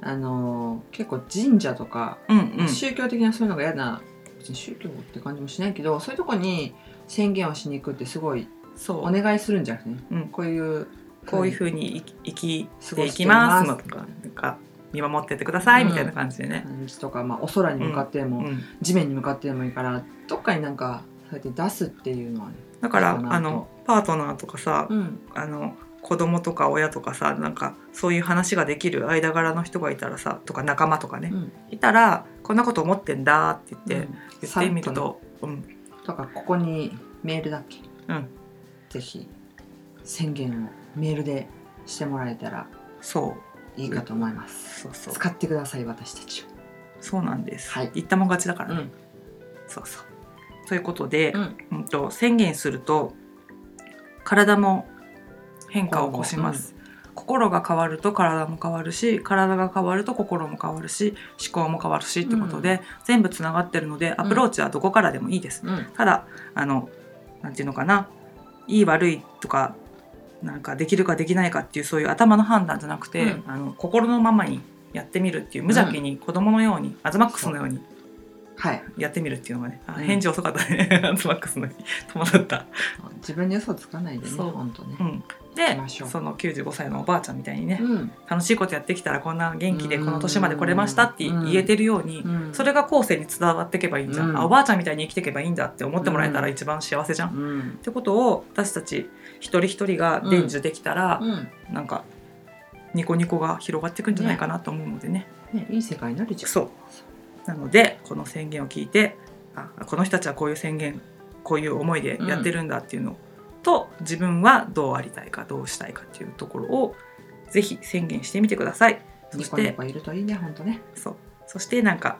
[SPEAKER 2] あのー結構神社とか、
[SPEAKER 1] うんうん
[SPEAKER 2] 宗教的なそういうのが嫌な別に宗教って感じもしないけどそういうとこに宣言をしに行くってすごい
[SPEAKER 1] そう
[SPEAKER 2] お願いするんじゃなくてね、
[SPEAKER 1] うん
[SPEAKER 2] こういう
[SPEAKER 1] こういうふうに生き生きていきます
[SPEAKER 2] 過ごしてます
[SPEAKER 1] とかなんか見守ってってくださいみたいな感じでね、
[SPEAKER 2] 感じとか、まあ、お空に向かっても、
[SPEAKER 1] うん
[SPEAKER 2] 地面に向かってもいいからどっかになんかそうやって出すっていうのはね、
[SPEAKER 1] だから
[SPEAKER 2] そうなんだ
[SPEAKER 1] あのパートナーとかさ、
[SPEAKER 2] うん
[SPEAKER 1] あの子供とか親とかさなんかそういう話ができる間柄の人がいたらさとか仲間とかね、
[SPEAKER 2] うん
[SPEAKER 1] いたらこんなこと思ってんだって言って、
[SPEAKER 2] うん
[SPEAKER 1] 言ってみると、うん、
[SPEAKER 2] とかここにメールだっけ、
[SPEAKER 1] うん
[SPEAKER 2] ぜひ宣言をメールでしてもらえたら
[SPEAKER 1] そう
[SPEAKER 2] いいかと思います、
[SPEAKER 1] そうそう
[SPEAKER 2] 使ってください私たちを
[SPEAKER 1] そうなんです、
[SPEAKER 2] はい
[SPEAKER 1] 言ったもん勝ちだから、ね
[SPEAKER 2] ん
[SPEAKER 1] そうそうということで、
[SPEAKER 2] うん
[SPEAKER 1] うんと宣言すると体も変化を起こします、心が変わると体も変わるし体が変わると心も変わるし思考も変わるしってことで、全部つながってるのでアプローチはどこからでもいいです、
[SPEAKER 2] うん
[SPEAKER 1] ただあのなんていうのかないい悪いとかなんかできるかできないかっていうそういう頭の判断じゃなくて、
[SPEAKER 2] うん
[SPEAKER 1] あの心のままにやってみるっていう無邪気に子供のように、アズマックスのように
[SPEAKER 2] はい
[SPEAKER 1] やってみるっていうのがね、あ
[SPEAKER 2] うん
[SPEAKER 1] 返事遅かったね アズマックスのように戸惑った。
[SPEAKER 2] 自分に嘘つかないでね
[SPEAKER 1] そう
[SPEAKER 2] 本当ね
[SPEAKER 1] う、ん、
[SPEAKER 2] 行き
[SPEAKER 1] で
[SPEAKER 2] ましょう
[SPEAKER 1] その95歳のおばあちゃんみたいにね、
[SPEAKER 2] うん
[SPEAKER 1] 楽しいことやってきたらこんな元気で
[SPEAKER 2] う
[SPEAKER 1] こ
[SPEAKER 2] ん
[SPEAKER 1] の年まで来れましたって言えてるように、
[SPEAKER 2] うん
[SPEAKER 1] それが後世に伝わっていけばいいんじゃん、
[SPEAKER 2] うん
[SPEAKER 1] あおばあちゃんみたいに生きていけばいいんだって思ってもらえたら
[SPEAKER 2] うん
[SPEAKER 1] 一番幸せじゃん。
[SPEAKER 2] うん
[SPEAKER 1] ってことを私たち一人一人が伝授できたら、
[SPEAKER 2] うん
[SPEAKER 1] なんかニコニコが広がっていくんじゃないかなと思うのでね
[SPEAKER 2] ね、いい世界になるじゃん
[SPEAKER 1] そうなのでこの宣言を聞いてあこの人たちはこういう宣言こういう思いでやってるんだっていうのと、自分はどうありたいかどうしたいかっていうところをぜひ宣言してみてくださいそ
[SPEAKER 2] ニ
[SPEAKER 1] して
[SPEAKER 2] コニコいるといいね本当ね
[SPEAKER 1] そうそしてなんか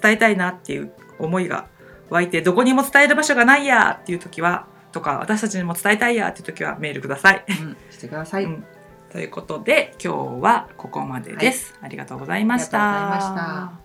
[SPEAKER 1] 伝えたいなっていう思いが湧いてどこにも伝える場所がないやっていう時はとか私たちにも伝えたいやっていう時はメールください。
[SPEAKER 2] うんしてください、
[SPEAKER 1] うんということで今日はここまでです。ありがとうございました。
[SPEAKER 2] ありがとうございました